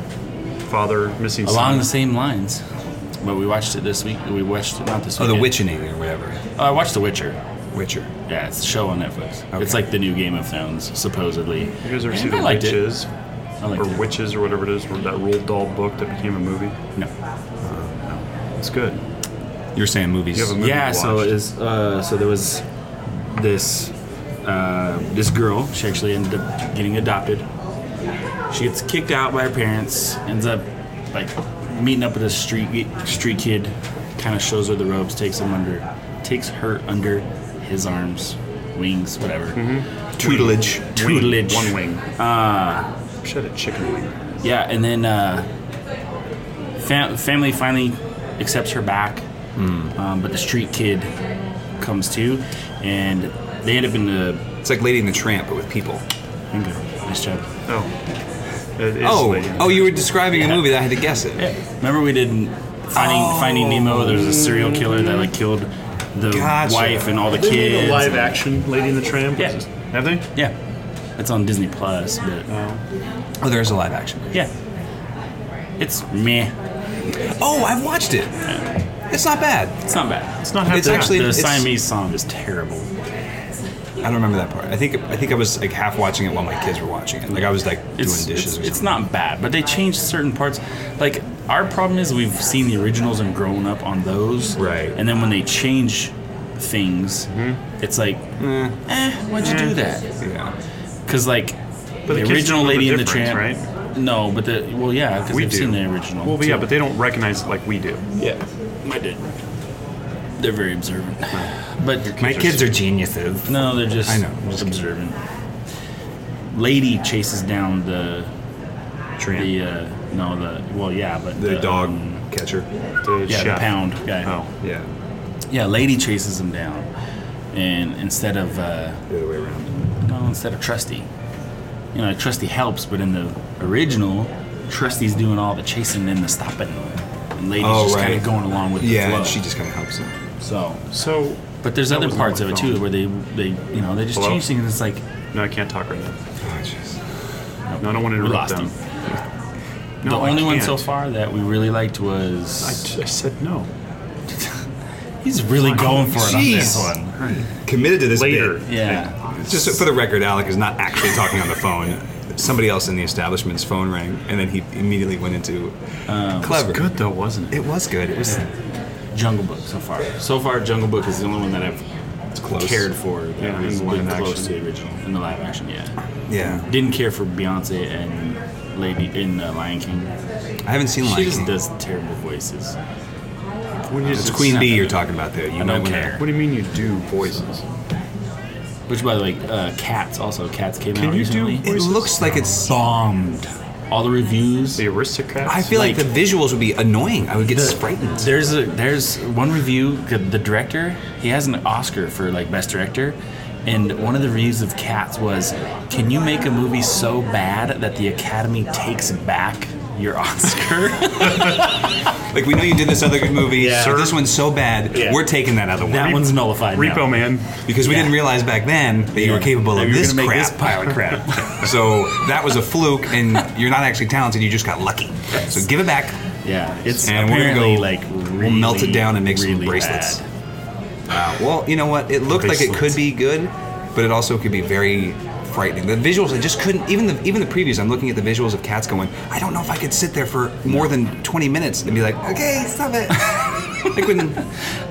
Speaker 2: father, missing
Speaker 3: along the
Speaker 2: son.
Speaker 3: same lines. But we watched it this week. We watched it not this
Speaker 5: Oh,
Speaker 3: week.
Speaker 5: The Witchening or whatever.
Speaker 3: Oh, I watched The Witcher.
Speaker 5: Witcher.
Speaker 3: Yeah, it's a show on Netflix.
Speaker 5: Okay.
Speaker 3: It's like the new Game of Thrones, supposedly.
Speaker 2: You guys ever
Speaker 3: And
Speaker 2: see
Speaker 3: I
Speaker 2: the
Speaker 3: liked it.
Speaker 2: witches
Speaker 3: I liked
Speaker 2: or
Speaker 3: it.
Speaker 2: witches or whatever it is? Or that Roald Dahl book that became a movie.
Speaker 3: No.
Speaker 2: It's good.
Speaker 5: You're saying movies.
Speaker 2: You have a movie
Speaker 3: yeah
Speaker 2: you
Speaker 3: so
Speaker 2: watched.
Speaker 3: it was, uh, so there was this uh, this girl she actually ended up getting adopted she gets kicked out by her parents ends up like meeting up with a street street kid kind of shows her the ropes takes him under takes her under his arms wings whatever
Speaker 5: tutelage.
Speaker 2: Wing.
Speaker 3: tutelage
Speaker 2: Mm-hmm.
Speaker 3: Ah.
Speaker 2: One wing. she had a chicken wing.
Speaker 3: Yeah, and then uh, fam- family finally accepts her back, um, but the street kid comes too, and they end up in the.
Speaker 5: It's like Lady and the Tramp, but with people.
Speaker 3: Bingo, nice job.
Speaker 2: Oh. It is
Speaker 5: Oh,
Speaker 2: Lady and
Speaker 5: oh,
Speaker 2: the
Speaker 5: you were describing a
Speaker 3: Yeah.
Speaker 5: movie that I had to guess it.
Speaker 3: Remember we did Finding Finding Nemo? There was a serial killer that like killed the
Speaker 5: Gotcha.
Speaker 3: wife and all the
Speaker 2: Tramp. They made
Speaker 3: kids.
Speaker 2: a live action Lady in the Tramp.
Speaker 3: Yeah.
Speaker 2: Have they?
Speaker 3: Yeah, it's on Disney Plus, but
Speaker 5: Oh, there's a live action.
Speaker 3: yeah, it's meh.
Speaker 5: Oh, I've watched it. It's not bad.
Speaker 3: It's not bad.
Speaker 2: It's not half
Speaker 5: It's
Speaker 2: bad.
Speaker 5: actually-
Speaker 3: the
Speaker 5: it's-
Speaker 3: Siamese song is terrible.
Speaker 5: I don't remember that part. I think I think I was like half watching it while my kids were watching it. Like I was like
Speaker 3: it's,
Speaker 5: doing dishes.
Speaker 3: it's,
Speaker 5: or
Speaker 3: it's
Speaker 5: something.
Speaker 3: not bad but they changed certain parts like our problem is we've seen the originals and grown up on those
Speaker 5: Right.
Speaker 3: and then when they change things it's like eh why'd you do that
Speaker 5: Yeah.
Speaker 3: because like
Speaker 2: But the
Speaker 3: the,
Speaker 2: kids
Speaker 3: original
Speaker 2: don't know the
Speaker 3: lady in the
Speaker 2: difference,
Speaker 3: tramp no but the well yeah because
Speaker 2: We
Speaker 3: they've
Speaker 2: do.
Speaker 3: seen the original
Speaker 2: Well, yeah,
Speaker 3: too.
Speaker 2: but they don't recognize it like we do.
Speaker 3: yeah i did they're very observant but
Speaker 5: My kids are geniuses.
Speaker 3: no they're just
Speaker 5: I know, I'm just
Speaker 3: observant lady chases down the
Speaker 5: Tramp.
Speaker 3: the uh, no the well yeah but
Speaker 5: The dog
Speaker 3: um,
Speaker 5: catcher.
Speaker 2: The
Speaker 3: yeah
Speaker 2: chef.
Speaker 3: the pound guy
Speaker 2: Oh.
Speaker 5: Yeah.
Speaker 3: yeah lady chases him down and instead of uh,
Speaker 5: The other way around.
Speaker 3: no instead of trusty you know trusty helps but in the original trusty's doing all the chasing and the stopping and lady's
Speaker 5: Oh,
Speaker 3: just kind
Speaker 5: right.
Speaker 3: of going along with
Speaker 5: Yeah,
Speaker 3: the flow
Speaker 5: and she just kind of helps him.
Speaker 3: so
Speaker 2: So.
Speaker 3: but there's other
Speaker 2: was on
Speaker 3: parts
Speaker 2: my
Speaker 3: of it
Speaker 2: phone.
Speaker 3: too where they they you know they just
Speaker 2: Hello?
Speaker 3: change things and it's like
Speaker 2: No, I can't talk right now.
Speaker 5: Oh, jeez.
Speaker 2: No, I don't want to
Speaker 3: We
Speaker 2: interrupt
Speaker 3: lost
Speaker 2: them.
Speaker 3: him.
Speaker 2: No,
Speaker 3: the
Speaker 2: I
Speaker 3: only one so
Speaker 2: can't.
Speaker 3: far that we really liked
Speaker 2: I,
Speaker 3: was.
Speaker 2: I said no.
Speaker 3: he's really going for it on this
Speaker 5: Jeez.
Speaker 3: one.
Speaker 5: Committed to this
Speaker 2: Later.
Speaker 5: bit.
Speaker 3: Yeah.
Speaker 5: Just for the record, Alec is not actually talking on the phone. Somebody else in the establishment's phone rang, and then he immediately went into
Speaker 3: Um,
Speaker 5: clever.
Speaker 2: Good though, wasn't it?
Speaker 5: It was good. It was
Speaker 3: Jungle Book so far. So far, Jungle Book is the only one that I've
Speaker 5: it's close.
Speaker 3: cared for. That
Speaker 2: Yeah,
Speaker 3: was
Speaker 2: in live
Speaker 3: been close
Speaker 2: action.
Speaker 3: to the original in the live action. Yeah.
Speaker 5: Yeah,
Speaker 3: Didn't care for Beyonce and Lady in uh, Lion King.
Speaker 5: I haven't seen
Speaker 3: she
Speaker 5: Lion
Speaker 3: just
Speaker 5: King.
Speaker 3: does terrible voices.
Speaker 2: When you
Speaker 5: It's
Speaker 2: just-
Speaker 5: Queen Bee you're talking about there. You
Speaker 3: I
Speaker 5: might
Speaker 3: don't
Speaker 5: wanna-
Speaker 3: care.
Speaker 2: What do you mean you do voices?
Speaker 3: Which, by the way, uh, Cats also Cats came
Speaker 2: Can
Speaker 3: out
Speaker 2: you do
Speaker 3: recently.
Speaker 5: It looks like it's.
Speaker 3: bombed. All the reviews.
Speaker 2: The aristocrats.
Speaker 5: I feel like,
Speaker 3: like-
Speaker 5: the visuals would be annoying. I would get
Speaker 3: The-
Speaker 5: frightened.
Speaker 3: There's a there's one review. The, the director he has an Oscar for like best director, and one of the reviews of Cats was, "Can you make a movie so bad that the Academy takes back your Oscar?"
Speaker 5: Like we know you did this other good movie.
Speaker 2: Yeah.
Speaker 5: but This one's so bad.
Speaker 2: Yeah.
Speaker 5: We're taking that other one
Speaker 3: that one's nullified. now.
Speaker 2: Repo Man.
Speaker 5: because we didn't realize back then that you were
Speaker 3: Yeah.
Speaker 5: capable
Speaker 3: That
Speaker 5: of
Speaker 3: you were
Speaker 5: this
Speaker 3: gonna
Speaker 5: crap.
Speaker 3: make this
Speaker 5: pile of crap. so that was a fluke, and you're not actually talented. You just got lucky. So give it back.
Speaker 3: Yeah, it's
Speaker 5: And we're gonna
Speaker 3: apparently
Speaker 5: go-
Speaker 3: like really,
Speaker 5: we'll melt it down and make some
Speaker 3: really
Speaker 5: bracelets.
Speaker 3: bad.
Speaker 5: Wow. Well, you know what? It looked like it could
Speaker 2: Bracelets.
Speaker 5: be good, but it also could be very frightening. The visuals, I just couldn't. Even the even the previews, I'm looking at the visuals of cats going. I don't know if I could sit there for more than 20 minutes and be like, okay, stop it. like when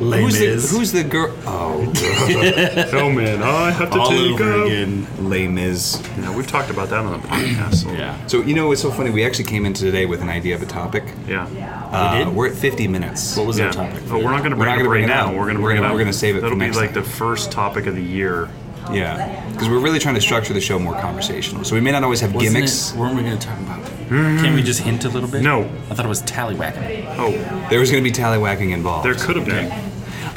Speaker 3: Lame
Speaker 5: who's
Speaker 3: is.
Speaker 5: the who's the girl? Oh,
Speaker 2: Oh man, I have to
Speaker 3: all
Speaker 2: take
Speaker 3: over
Speaker 2: a-
Speaker 3: again.
Speaker 5: lame is.
Speaker 2: Yeah, we've talked about that on the podcast.
Speaker 3: Yeah,
Speaker 5: So you know, it's so funny. We actually came in today with an idea of a topic.
Speaker 2: Yeah.
Speaker 5: Uh,
Speaker 3: did?
Speaker 5: We're at 50 minutes.
Speaker 3: what was
Speaker 2: yeah.
Speaker 3: our topic? for
Speaker 2: But we're
Speaker 3: that?
Speaker 2: not going to
Speaker 5: We're
Speaker 2: bring
Speaker 5: not
Speaker 2: it
Speaker 5: gonna
Speaker 2: up
Speaker 5: bring
Speaker 2: right
Speaker 5: it
Speaker 2: now.
Speaker 5: up.
Speaker 2: We're going to
Speaker 5: We're
Speaker 2: bring
Speaker 5: gonna-
Speaker 2: it up.
Speaker 5: we're gonna save it for
Speaker 2: That'll
Speaker 5: next
Speaker 2: be like
Speaker 5: time.
Speaker 2: the first topic of the year.
Speaker 5: Yeah, because we're really trying to structure the show more conversational. So we may not always have
Speaker 3: Wasn't
Speaker 5: gimmicks.
Speaker 3: It, weren't we going to talk about? Can we just hint a little
Speaker 2: Mm-hmm.
Speaker 3: bit?
Speaker 2: No.
Speaker 3: I thought it was tallywhacker.
Speaker 2: Oh,
Speaker 5: There was going to be tallywhacking involved.
Speaker 2: there could have been.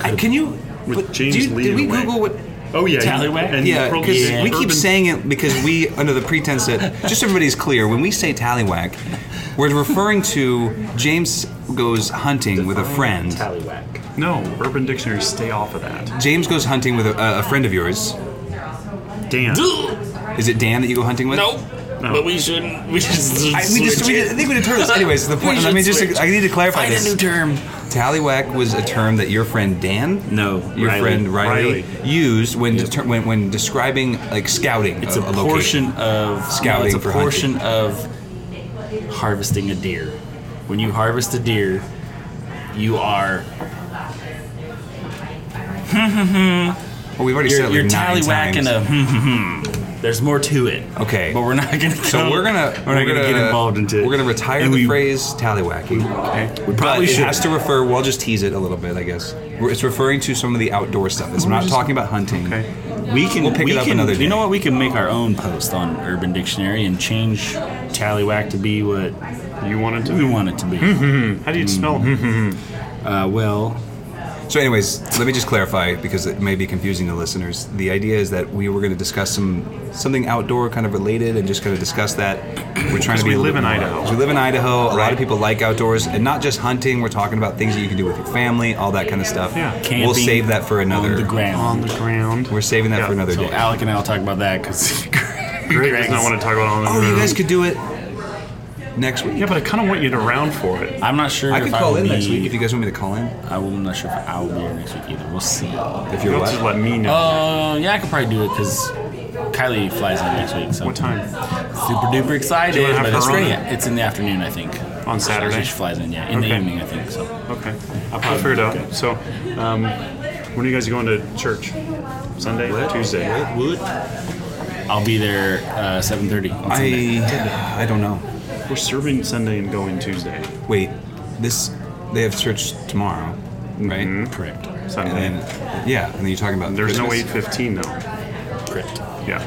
Speaker 5: I- can you?
Speaker 2: With
Speaker 5: but
Speaker 2: James
Speaker 5: do you-
Speaker 2: Lee
Speaker 5: did we
Speaker 2: away.
Speaker 5: Google what?
Speaker 2: Oh yeah, you-
Speaker 3: Tallywhack?
Speaker 2: and
Speaker 5: Yeah,
Speaker 2: pro-
Speaker 5: because we keep
Speaker 2: urban-
Speaker 5: saying it because we, under the pretense that, just so everybody's clear, when we say tallywhack, we're referring to James goes hunting with a friend.
Speaker 3: Tallywhack.
Speaker 2: No, Urban Dictionary, stay off of that.
Speaker 5: James goes hunting with a, a friend of yours.
Speaker 2: Dan.
Speaker 5: Is it Dan that you go hunting with?
Speaker 3: Nope. But we shouldn't. We just.
Speaker 5: I, we just, we, did- I think we determined this. Anyways, the point. Let me just. I need to clarify
Speaker 3: Find
Speaker 5: this.
Speaker 3: a new term.
Speaker 5: Tallywhack was a term that your friend Dan,
Speaker 3: No,
Speaker 5: your
Speaker 3: Riley.
Speaker 5: friend Riley,
Speaker 2: Riley.
Speaker 5: used when, deter- when when describing like scouting.
Speaker 3: It's
Speaker 5: a,
Speaker 3: a,
Speaker 5: location.
Speaker 3: portion of
Speaker 5: Scouting
Speaker 3: no, It's a
Speaker 5: for
Speaker 3: portion of harvesting a deer. When you harvest a deer, you are
Speaker 5: Well, Oh, we've already
Speaker 3: you're,
Speaker 5: said it
Speaker 3: you're
Speaker 5: like nine
Speaker 3: tallywhacking
Speaker 5: times.
Speaker 3: a. Hmm, hmm, hmm. There's more to it.
Speaker 5: Okay.
Speaker 3: But we're not gonna. Go,
Speaker 5: So we're gonna
Speaker 3: We're not gonna, get involved into. it.
Speaker 5: We're gonna retire
Speaker 3: And
Speaker 5: the
Speaker 3: we-
Speaker 5: phrase tallywhacking.
Speaker 3: Okay. We
Speaker 5: But
Speaker 3: probably
Speaker 5: it
Speaker 3: should.
Speaker 5: has to refer. We'll just tease it a little bit, I guess. We're- It's referring to some of the outdoor stuff. It's not talking about hunting.
Speaker 2: Okay.
Speaker 3: We can
Speaker 5: We'll pick
Speaker 3: we
Speaker 5: it up
Speaker 3: can-
Speaker 5: another day.
Speaker 3: You know what? We can make our own post on Urban Dictionary and change tallywhack to be what
Speaker 2: You wanted
Speaker 3: we
Speaker 2: to.
Speaker 3: want it to be.
Speaker 5: Mm-hmm.
Speaker 2: How do you spell?
Speaker 3: Uh, well,
Speaker 5: So, anyways, let me just clarify because it may be confusing to listeners. The idea is that we were going to discuss some something outdoor kind of related and just kind of discuss that. We're trying to be.
Speaker 2: we
Speaker 5: a little
Speaker 2: live
Speaker 5: bit
Speaker 2: in
Speaker 5: more-
Speaker 2: Idaho.
Speaker 5: 'cause We live in Idaho. A lot of people like outdoors and not just hunting. We're talking about things that you can do with your family, all that kind of stuff.
Speaker 2: Yeah.
Speaker 5: We'll
Speaker 3: camping
Speaker 5: save that for another.
Speaker 3: on the ground.
Speaker 2: On the ground.
Speaker 5: We're saving that
Speaker 2: Yeah.
Speaker 5: for another
Speaker 3: So
Speaker 5: day.
Speaker 3: Alec and I will talk about that because
Speaker 2: Greg does not want to talk about on the
Speaker 5: Oh,
Speaker 2: ground.
Speaker 5: you guys could do it next week.
Speaker 2: Yeah, but I kind of want you to round for it.
Speaker 3: I'm not sure
Speaker 5: I
Speaker 3: if
Speaker 5: could
Speaker 3: I
Speaker 5: call
Speaker 3: will
Speaker 5: in
Speaker 3: be,
Speaker 5: next week if you guys want me to call in.
Speaker 3: I'm not sure if I will be here next week either. We'll see. Uh,
Speaker 5: If
Speaker 2: You
Speaker 5: you're
Speaker 2: don't just
Speaker 5: what?
Speaker 2: let me know.
Speaker 3: yeah, I could probably do it because Kylie flies in next week. So
Speaker 2: what time?
Speaker 3: Super duper excited.
Speaker 2: Do you wanna have
Speaker 3: but
Speaker 2: her
Speaker 3: it's,
Speaker 2: on?
Speaker 3: yeah, it's in the afternoon, I think.
Speaker 2: On Saturday?
Speaker 3: She flies in, yeah, in the
Speaker 2: Okay.
Speaker 3: evening, I think. So
Speaker 5: Oh.
Speaker 2: Okay. I'll probably figure it out. So, um, when are you guys going to church? Sunday? Tuesday?
Speaker 3: I'll be there uh, 7:30 on Sunday.
Speaker 5: I I don't know.
Speaker 2: We're serving Sunday and going Tuesday.
Speaker 5: Wait, this they have church tomorrow,
Speaker 2: Mm-hmm.
Speaker 5: right?
Speaker 3: Correct.
Speaker 5: And
Speaker 2: Sunday.
Speaker 5: then yeah, and then you're talking about
Speaker 2: There's no
Speaker 5: Christmas?
Speaker 2: 815 though.
Speaker 3: Correct.
Speaker 2: Yeah.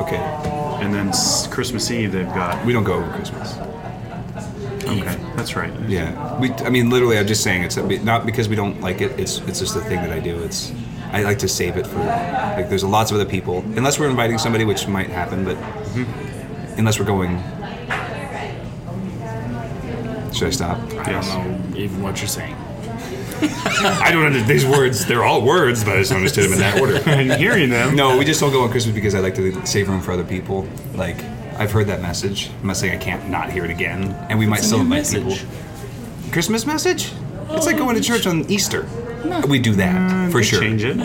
Speaker 5: Okay,
Speaker 2: And then s- Christmas Eve they've got.
Speaker 5: we don't go over Christmas.
Speaker 2: Okay. That's right.
Speaker 5: Yeah, we. I mean, literally, I'm just saying it's a bit- not because we don't like it. It's it's just the thing that I do. It's I like to save it for like there's lots of other people unless we're inviting somebody, which might happen, but
Speaker 2: Mm-hmm.
Speaker 5: unless we're going. Should I stop?
Speaker 2: Yes.
Speaker 3: I don't know even what you're saying.
Speaker 5: I don't understand these words. They're all words, but I just understood them in that order.
Speaker 2: I'm hearing them.
Speaker 5: No, we just don't go on Christmas because I like to save room for other people. Like, I've heard that message. I'm not saying I can't not hear it again, and we might still invite people. Christmas message? it's like going to church on Easter. We do that for sure.
Speaker 2: Change it.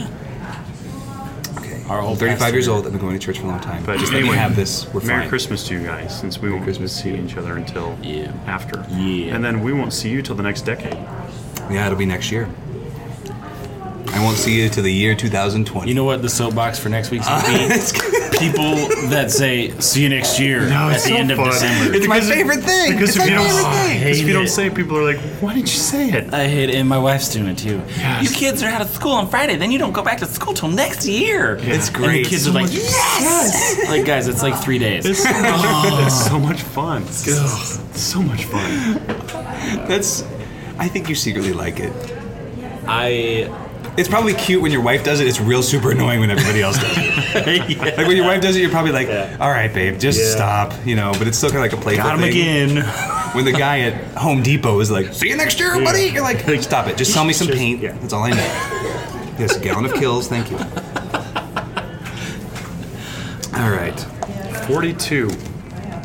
Speaker 5: Okay.
Speaker 3: Our old
Speaker 5: 35
Speaker 3: pastor.
Speaker 5: years old. I've been going to church for a long time.
Speaker 2: But
Speaker 5: just let
Speaker 2: anyway,
Speaker 5: me have this. We're
Speaker 2: Merry
Speaker 5: fine.
Speaker 2: Christmas to you guys, since we won't
Speaker 5: Christmas
Speaker 2: see each other until
Speaker 3: Yeah.
Speaker 2: after.
Speaker 3: Yeah.
Speaker 2: And then we won't see you till the next decade.
Speaker 5: Yeah, it'll be next year. I won't see you till the year 2020.
Speaker 3: You know what the soapbox for next week's gonna
Speaker 5: it's,
Speaker 3: be? People that say "see you next year"
Speaker 5: Oh,
Speaker 2: No,
Speaker 3: at
Speaker 2: it's
Speaker 3: the
Speaker 2: so
Speaker 3: end
Speaker 2: fun.
Speaker 3: of December.
Speaker 5: it's my favorite thing.
Speaker 2: Because
Speaker 5: it's
Speaker 2: if
Speaker 5: my
Speaker 2: you don't,
Speaker 5: favorite
Speaker 2: oh,
Speaker 5: thing.
Speaker 2: because if you
Speaker 3: Hate
Speaker 2: don't
Speaker 3: it.
Speaker 2: say it, people are like, "Why did you say it?"
Speaker 3: I hate it, and my wife's doing it too.
Speaker 2: Yes.
Speaker 3: You kids are out of school on Friday, then you don't go back to school till next year.
Speaker 5: It's
Speaker 3: And the
Speaker 5: great.
Speaker 3: kids are like, yes! like, guys, it's like three days.
Speaker 2: It's so, much, it's so much fun. It's so much fun.
Speaker 5: That's. I think you secretly like it.
Speaker 3: I
Speaker 5: It's probably cute when your wife does it. It's real super annoying when everybody else does it. Like when your wife does it, you're probably like, "All right, babe, just stop," you know. But it's still kind of like a playful
Speaker 2: Got him
Speaker 5: thing.
Speaker 2: again.
Speaker 5: When the guy at Home Depot is like, "See you next year, buddy," you're like, "Stop it! Just sell me some
Speaker 2: Just-
Speaker 5: paint.
Speaker 2: yeah.
Speaker 5: That's all I need." yes, a gallon of kills. Thank you. All right.
Speaker 2: Forty-two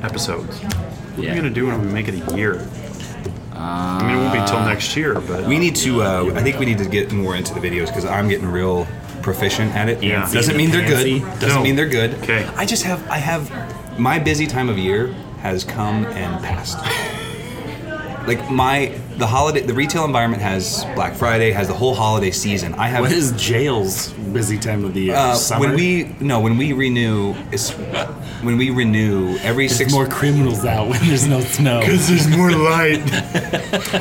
Speaker 2: episodes. What are
Speaker 3: Yeah.
Speaker 2: you gonna do when we make it a year? I mean, it won't be till next year, but
Speaker 5: We need to. Uh, I think we need to get more into the videos because I'm getting real proficient at it.
Speaker 2: Yeah.
Speaker 5: Doesn't mean they're good.
Speaker 3: Fancy.
Speaker 5: Doesn't
Speaker 2: No.
Speaker 5: mean they're good.
Speaker 2: Okay.
Speaker 5: I just have. I have. My busy time of year has come and passed. like my the holiday, the retail environment has Black Friday, has the whole holiday season. I have.
Speaker 3: What is
Speaker 6: Jail's busy time of the year.
Speaker 5: uh,
Speaker 6: Summer.
Speaker 5: when we no when we renew it's when we renew every
Speaker 3: there's
Speaker 5: six
Speaker 3: more criminals out when there's no snow.
Speaker 2: there's more light.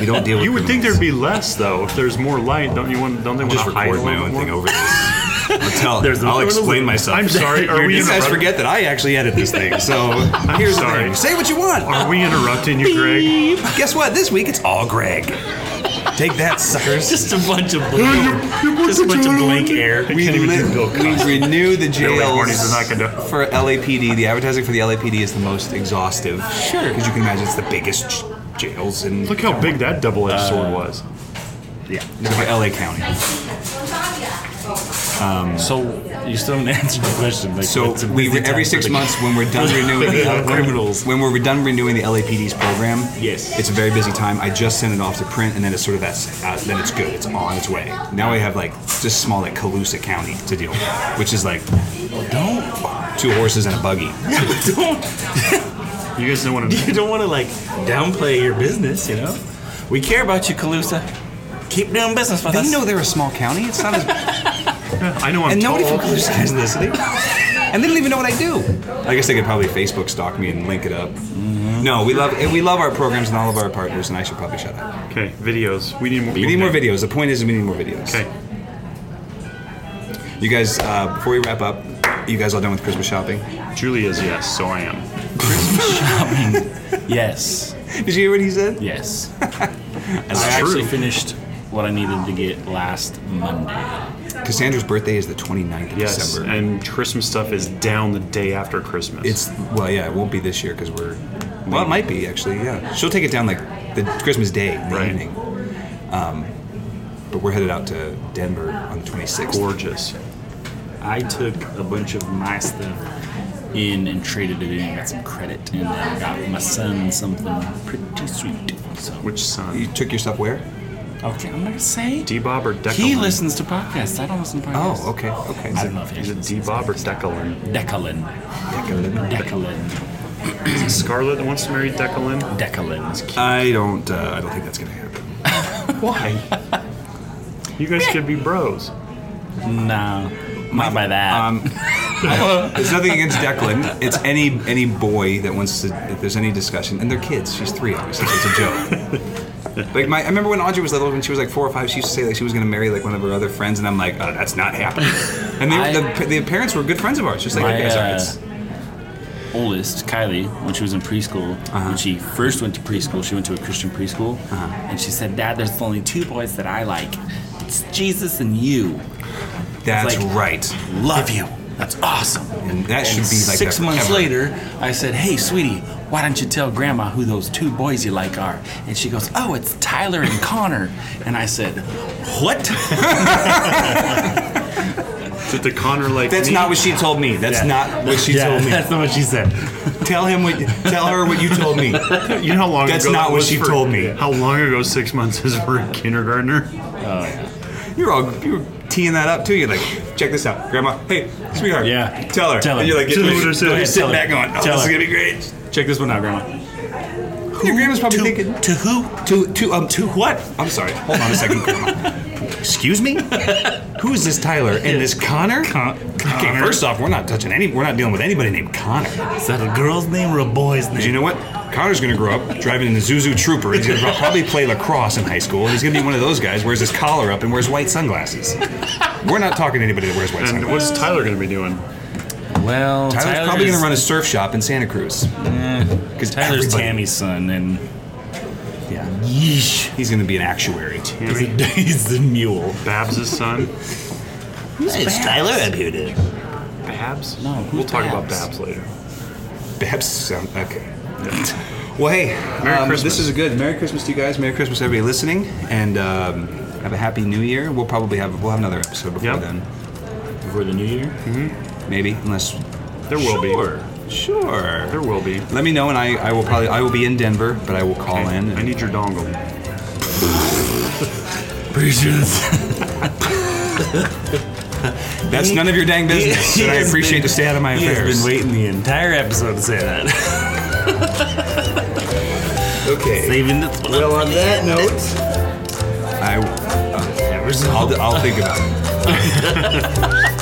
Speaker 5: we don't deal with
Speaker 2: You would think
Speaker 5: criminals.
Speaker 2: there'd be less though if there's more light. Don't you want? Don't they want
Speaker 5: just
Speaker 2: to hide a
Speaker 5: record my
Speaker 2: little
Speaker 5: own
Speaker 2: more?
Speaker 5: thing over this. I'll tell.
Speaker 2: There's no-
Speaker 5: I'll explain myself.
Speaker 2: I'm sorry. Are we
Speaker 5: You guys
Speaker 2: interrupting?
Speaker 5: forget that I actually edit this thing, so here's the
Speaker 2: sorry.
Speaker 5: thing. Say what you want.
Speaker 2: Are we interrupting you, Greg?
Speaker 5: Guess what? This week it's all Greg. Take that, suckers.
Speaker 3: just a bunch of blank, just a bunch of blank air.
Speaker 5: we,
Speaker 2: can't even do
Speaker 5: lit-
Speaker 2: Bill
Speaker 5: we renew the
Speaker 2: Bill Hornies
Speaker 5: jails
Speaker 2: is not gonna-
Speaker 5: for LAPD. The advertising for the LAPD is the most exhaustive. Sure. Because you can imagine it's the biggest j- jails in
Speaker 2: Look how big that double-edged
Speaker 5: Uh,
Speaker 2: sword was.
Speaker 5: for LA County.
Speaker 3: So you still haven't answered the question. Like,
Speaker 5: So
Speaker 3: what's a
Speaker 5: we
Speaker 3: busy time
Speaker 5: every
Speaker 3: for
Speaker 5: six
Speaker 3: the-
Speaker 5: months when we're done renewing the criminals when we're done renewing the LAPD's program.
Speaker 3: Yes.
Speaker 5: it's a very busy time. I just sent it off to print, and then it's sort of that's uh, then it's good. It's on its way. Now we have like just small like Calusa County to deal with, which is like two horses and a buggy.
Speaker 3: don't
Speaker 2: You guys don't want to.
Speaker 3: you don't want to like downplay your business, you know? We care about you, Calusa. Keep doing business with us.
Speaker 5: They know they're a small county. It's not as
Speaker 2: I know I'm
Speaker 5: and
Speaker 2: tall.
Speaker 5: nobody from Calusa is listening. And they don't even know what I do. I guess they could probably Facebook stalk me and link it up. No, we love we love our programs and all of our partners, and I should probably shut up.
Speaker 2: Okay, videos. We need more.
Speaker 5: We need more videos. The point is, we need more videos.
Speaker 2: Okay.
Speaker 5: You guys, uh, before we wrap up, you guys all done with Christmas shopping?
Speaker 2: Julie is yes, so I am.
Speaker 3: yes,
Speaker 5: Did you hear what he said?
Speaker 3: yes.
Speaker 2: It's
Speaker 3: I actually
Speaker 2: true.
Speaker 3: finished what I needed to get last Monday.
Speaker 5: Cassandra's birthday is the 29th of
Speaker 2: Yes,
Speaker 5: December.
Speaker 2: and Christmas stuff is down the day after Christmas.
Speaker 5: it's well, yeah, it won't be this year because we're. Well, it might be actually. Yeah, she'll take it down like the Christmas day in the
Speaker 2: Right.
Speaker 5: evening. Um, but we're headed out to Denver on the 26th.
Speaker 2: gorgeous.
Speaker 3: I took a bunch of my stuff in and traded it in and got some credit, and then got my son something pretty sweet. So,
Speaker 2: Which
Speaker 5: You
Speaker 2: son?
Speaker 5: took your stuff where?
Speaker 3: okay, I'm not gonna say.
Speaker 2: D Bob or Declan?
Speaker 3: He listens to podcasts. I don't listen to podcasts.
Speaker 5: Oh, okay, okay.
Speaker 3: I don't know if he
Speaker 2: Is
Speaker 3: actually
Speaker 2: it
Speaker 3: listens
Speaker 2: D
Speaker 3: to
Speaker 2: Bob or Declan?
Speaker 3: Decalin. Decalin.
Speaker 2: Is it Scarlett that wants to marry Declan?
Speaker 3: Decalin.
Speaker 5: I don't. Uh, I don't think that's gonna happen.
Speaker 2: Why? you guys could be bros.
Speaker 3: No, not by that.
Speaker 5: It's nothing against Declan. It's any any boy that wants to. If there's any discussion, and they're kids. She's three, obviously. So it's a joke. Like my, I remember when Audrey was little, when she was like four or five, she used to say like she was gonna marry like one of her other friends, and I'm like, uh, that's not happening. And they,
Speaker 3: I-
Speaker 5: the, the parents were good friends of ours, just like
Speaker 3: My,
Speaker 5: you guys are.
Speaker 3: uh,
Speaker 5: It's,
Speaker 3: oldest, Kylie, when she was in preschool, when she first went to preschool, she went to a Christian preschool, and she said, "Dad, there's only two boys that I like. It's Jesus and you.
Speaker 5: that's
Speaker 3: like-
Speaker 5: right.
Speaker 3: Love you. That's awesome."
Speaker 5: And that should
Speaker 3: And
Speaker 5: be like
Speaker 3: six
Speaker 5: that
Speaker 3: months
Speaker 5: forever.
Speaker 3: later, I said, "Hey, sweetie, why don't you tell Grandma who those two boys you like are?" And she goes, "Oh, it's Tyler and Connor." And I said, "What?"
Speaker 2: it to Connor like
Speaker 5: That's
Speaker 2: me.
Speaker 5: not what she told me. That's not what she
Speaker 3: yeah,
Speaker 5: told me.
Speaker 3: that's not what she said.
Speaker 5: Tell him what. Tell her what you told me.
Speaker 2: You know how long
Speaker 5: That's
Speaker 2: ago
Speaker 5: not
Speaker 2: that
Speaker 5: what
Speaker 2: was
Speaker 5: she
Speaker 2: for-
Speaker 5: told me.
Speaker 2: How long ago six months is for a kindergartner?
Speaker 5: You're all you were teeing that up too. You're like, check this out, Grandma. Hey, sweetheart.
Speaker 3: Yeah.
Speaker 5: Tell her.
Speaker 3: Tell her.
Speaker 5: And you're like,
Speaker 2: Tell her what I said.
Speaker 5: you're
Speaker 3: Tell
Speaker 5: sitting
Speaker 3: her.
Speaker 5: back going, oh,
Speaker 3: Tell
Speaker 5: this is
Speaker 3: her.
Speaker 5: gonna be great.
Speaker 3: Check this one out, Grandma.
Speaker 5: Your grandma's probably
Speaker 7: To,
Speaker 5: thinking
Speaker 7: to who?
Speaker 5: to to um to what? I'm sorry. Hold on a second, Grandma.
Speaker 7: Excuse me?
Speaker 5: Who is this Tyler and this Connor? Okay, first off, we're not touching any. We're not dealing with anybody named Connor.
Speaker 3: Is that a girl's name or a boy's name?
Speaker 5: Because you know what? Connor's gonna grow up driving an Zuzu Trooper. He's gonna probably play lacrosse in high school, and he's gonna be one of those guys. Wears his collar up and wears white sunglasses. We're not talking to anybody that wears white
Speaker 2: And
Speaker 5: sunglasses.
Speaker 2: what's Tyler going to be doing?
Speaker 3: Well,
Speaker 5: Tyler's
Speaker 3: Tyler
Speaker 5: probably
Speaker 3: is-
Speaker 5: gonna run a surf shop in Santa Cruz. Because
Speaker 3: Tyler's Tammy's son, and yeah, yeesh.
Speaker 5: He's gonna be an actuary.
Speaker 3: He's, a, he's the mule.
Speaker 2: Babs' son.
Speaker 7: It's Tyler up here to
Speaker 2: Babs?
Speaker 3: No, who's
Speaker 2: We'll talk about
Speaker 3: Babs?
Speaker 2: Babs later.
Speaker 5: Babs sound okay. Well, hey,
Speaker 2: Merry
Speaker 5: um,
Speaker 2: Christmas.
Speaker 5: this is a good Merry Christmas to you guys. Merry Christmas, everybody listening, and um, have a happy New Year. We'll probably have we'll have another episode before
Speaker 2: Yep.
Speaker 5: then,
Speaker 3: Before the new year?
Speaker 5: maybe unless
Speaker 2: There will
Speaker 5: sure.
Speaker 2: be.
Speaker 5: sure
Speaker 2: There will be.
Speaker 5: Let me know, and I, I will probably I will be in Denver, but I will call in.
Speaker 2: I
Speaker 5: And
Speaker 2: need your dongle.
Speaker 5: that's none of your dang business. and I
Speaker 3: has
Speaker 5: appreciate to
Speaker 3: been-
Speaker 5: stay out of my
Speaker 3: He has
Speaker 5: affairs.
Speaker 3: been waiting the entire episode to say that.
Speaker 5: Okay.
Speaker 3: Saving the
Speaker 5: Well, on that note, I uh, I'll, I'll think about it.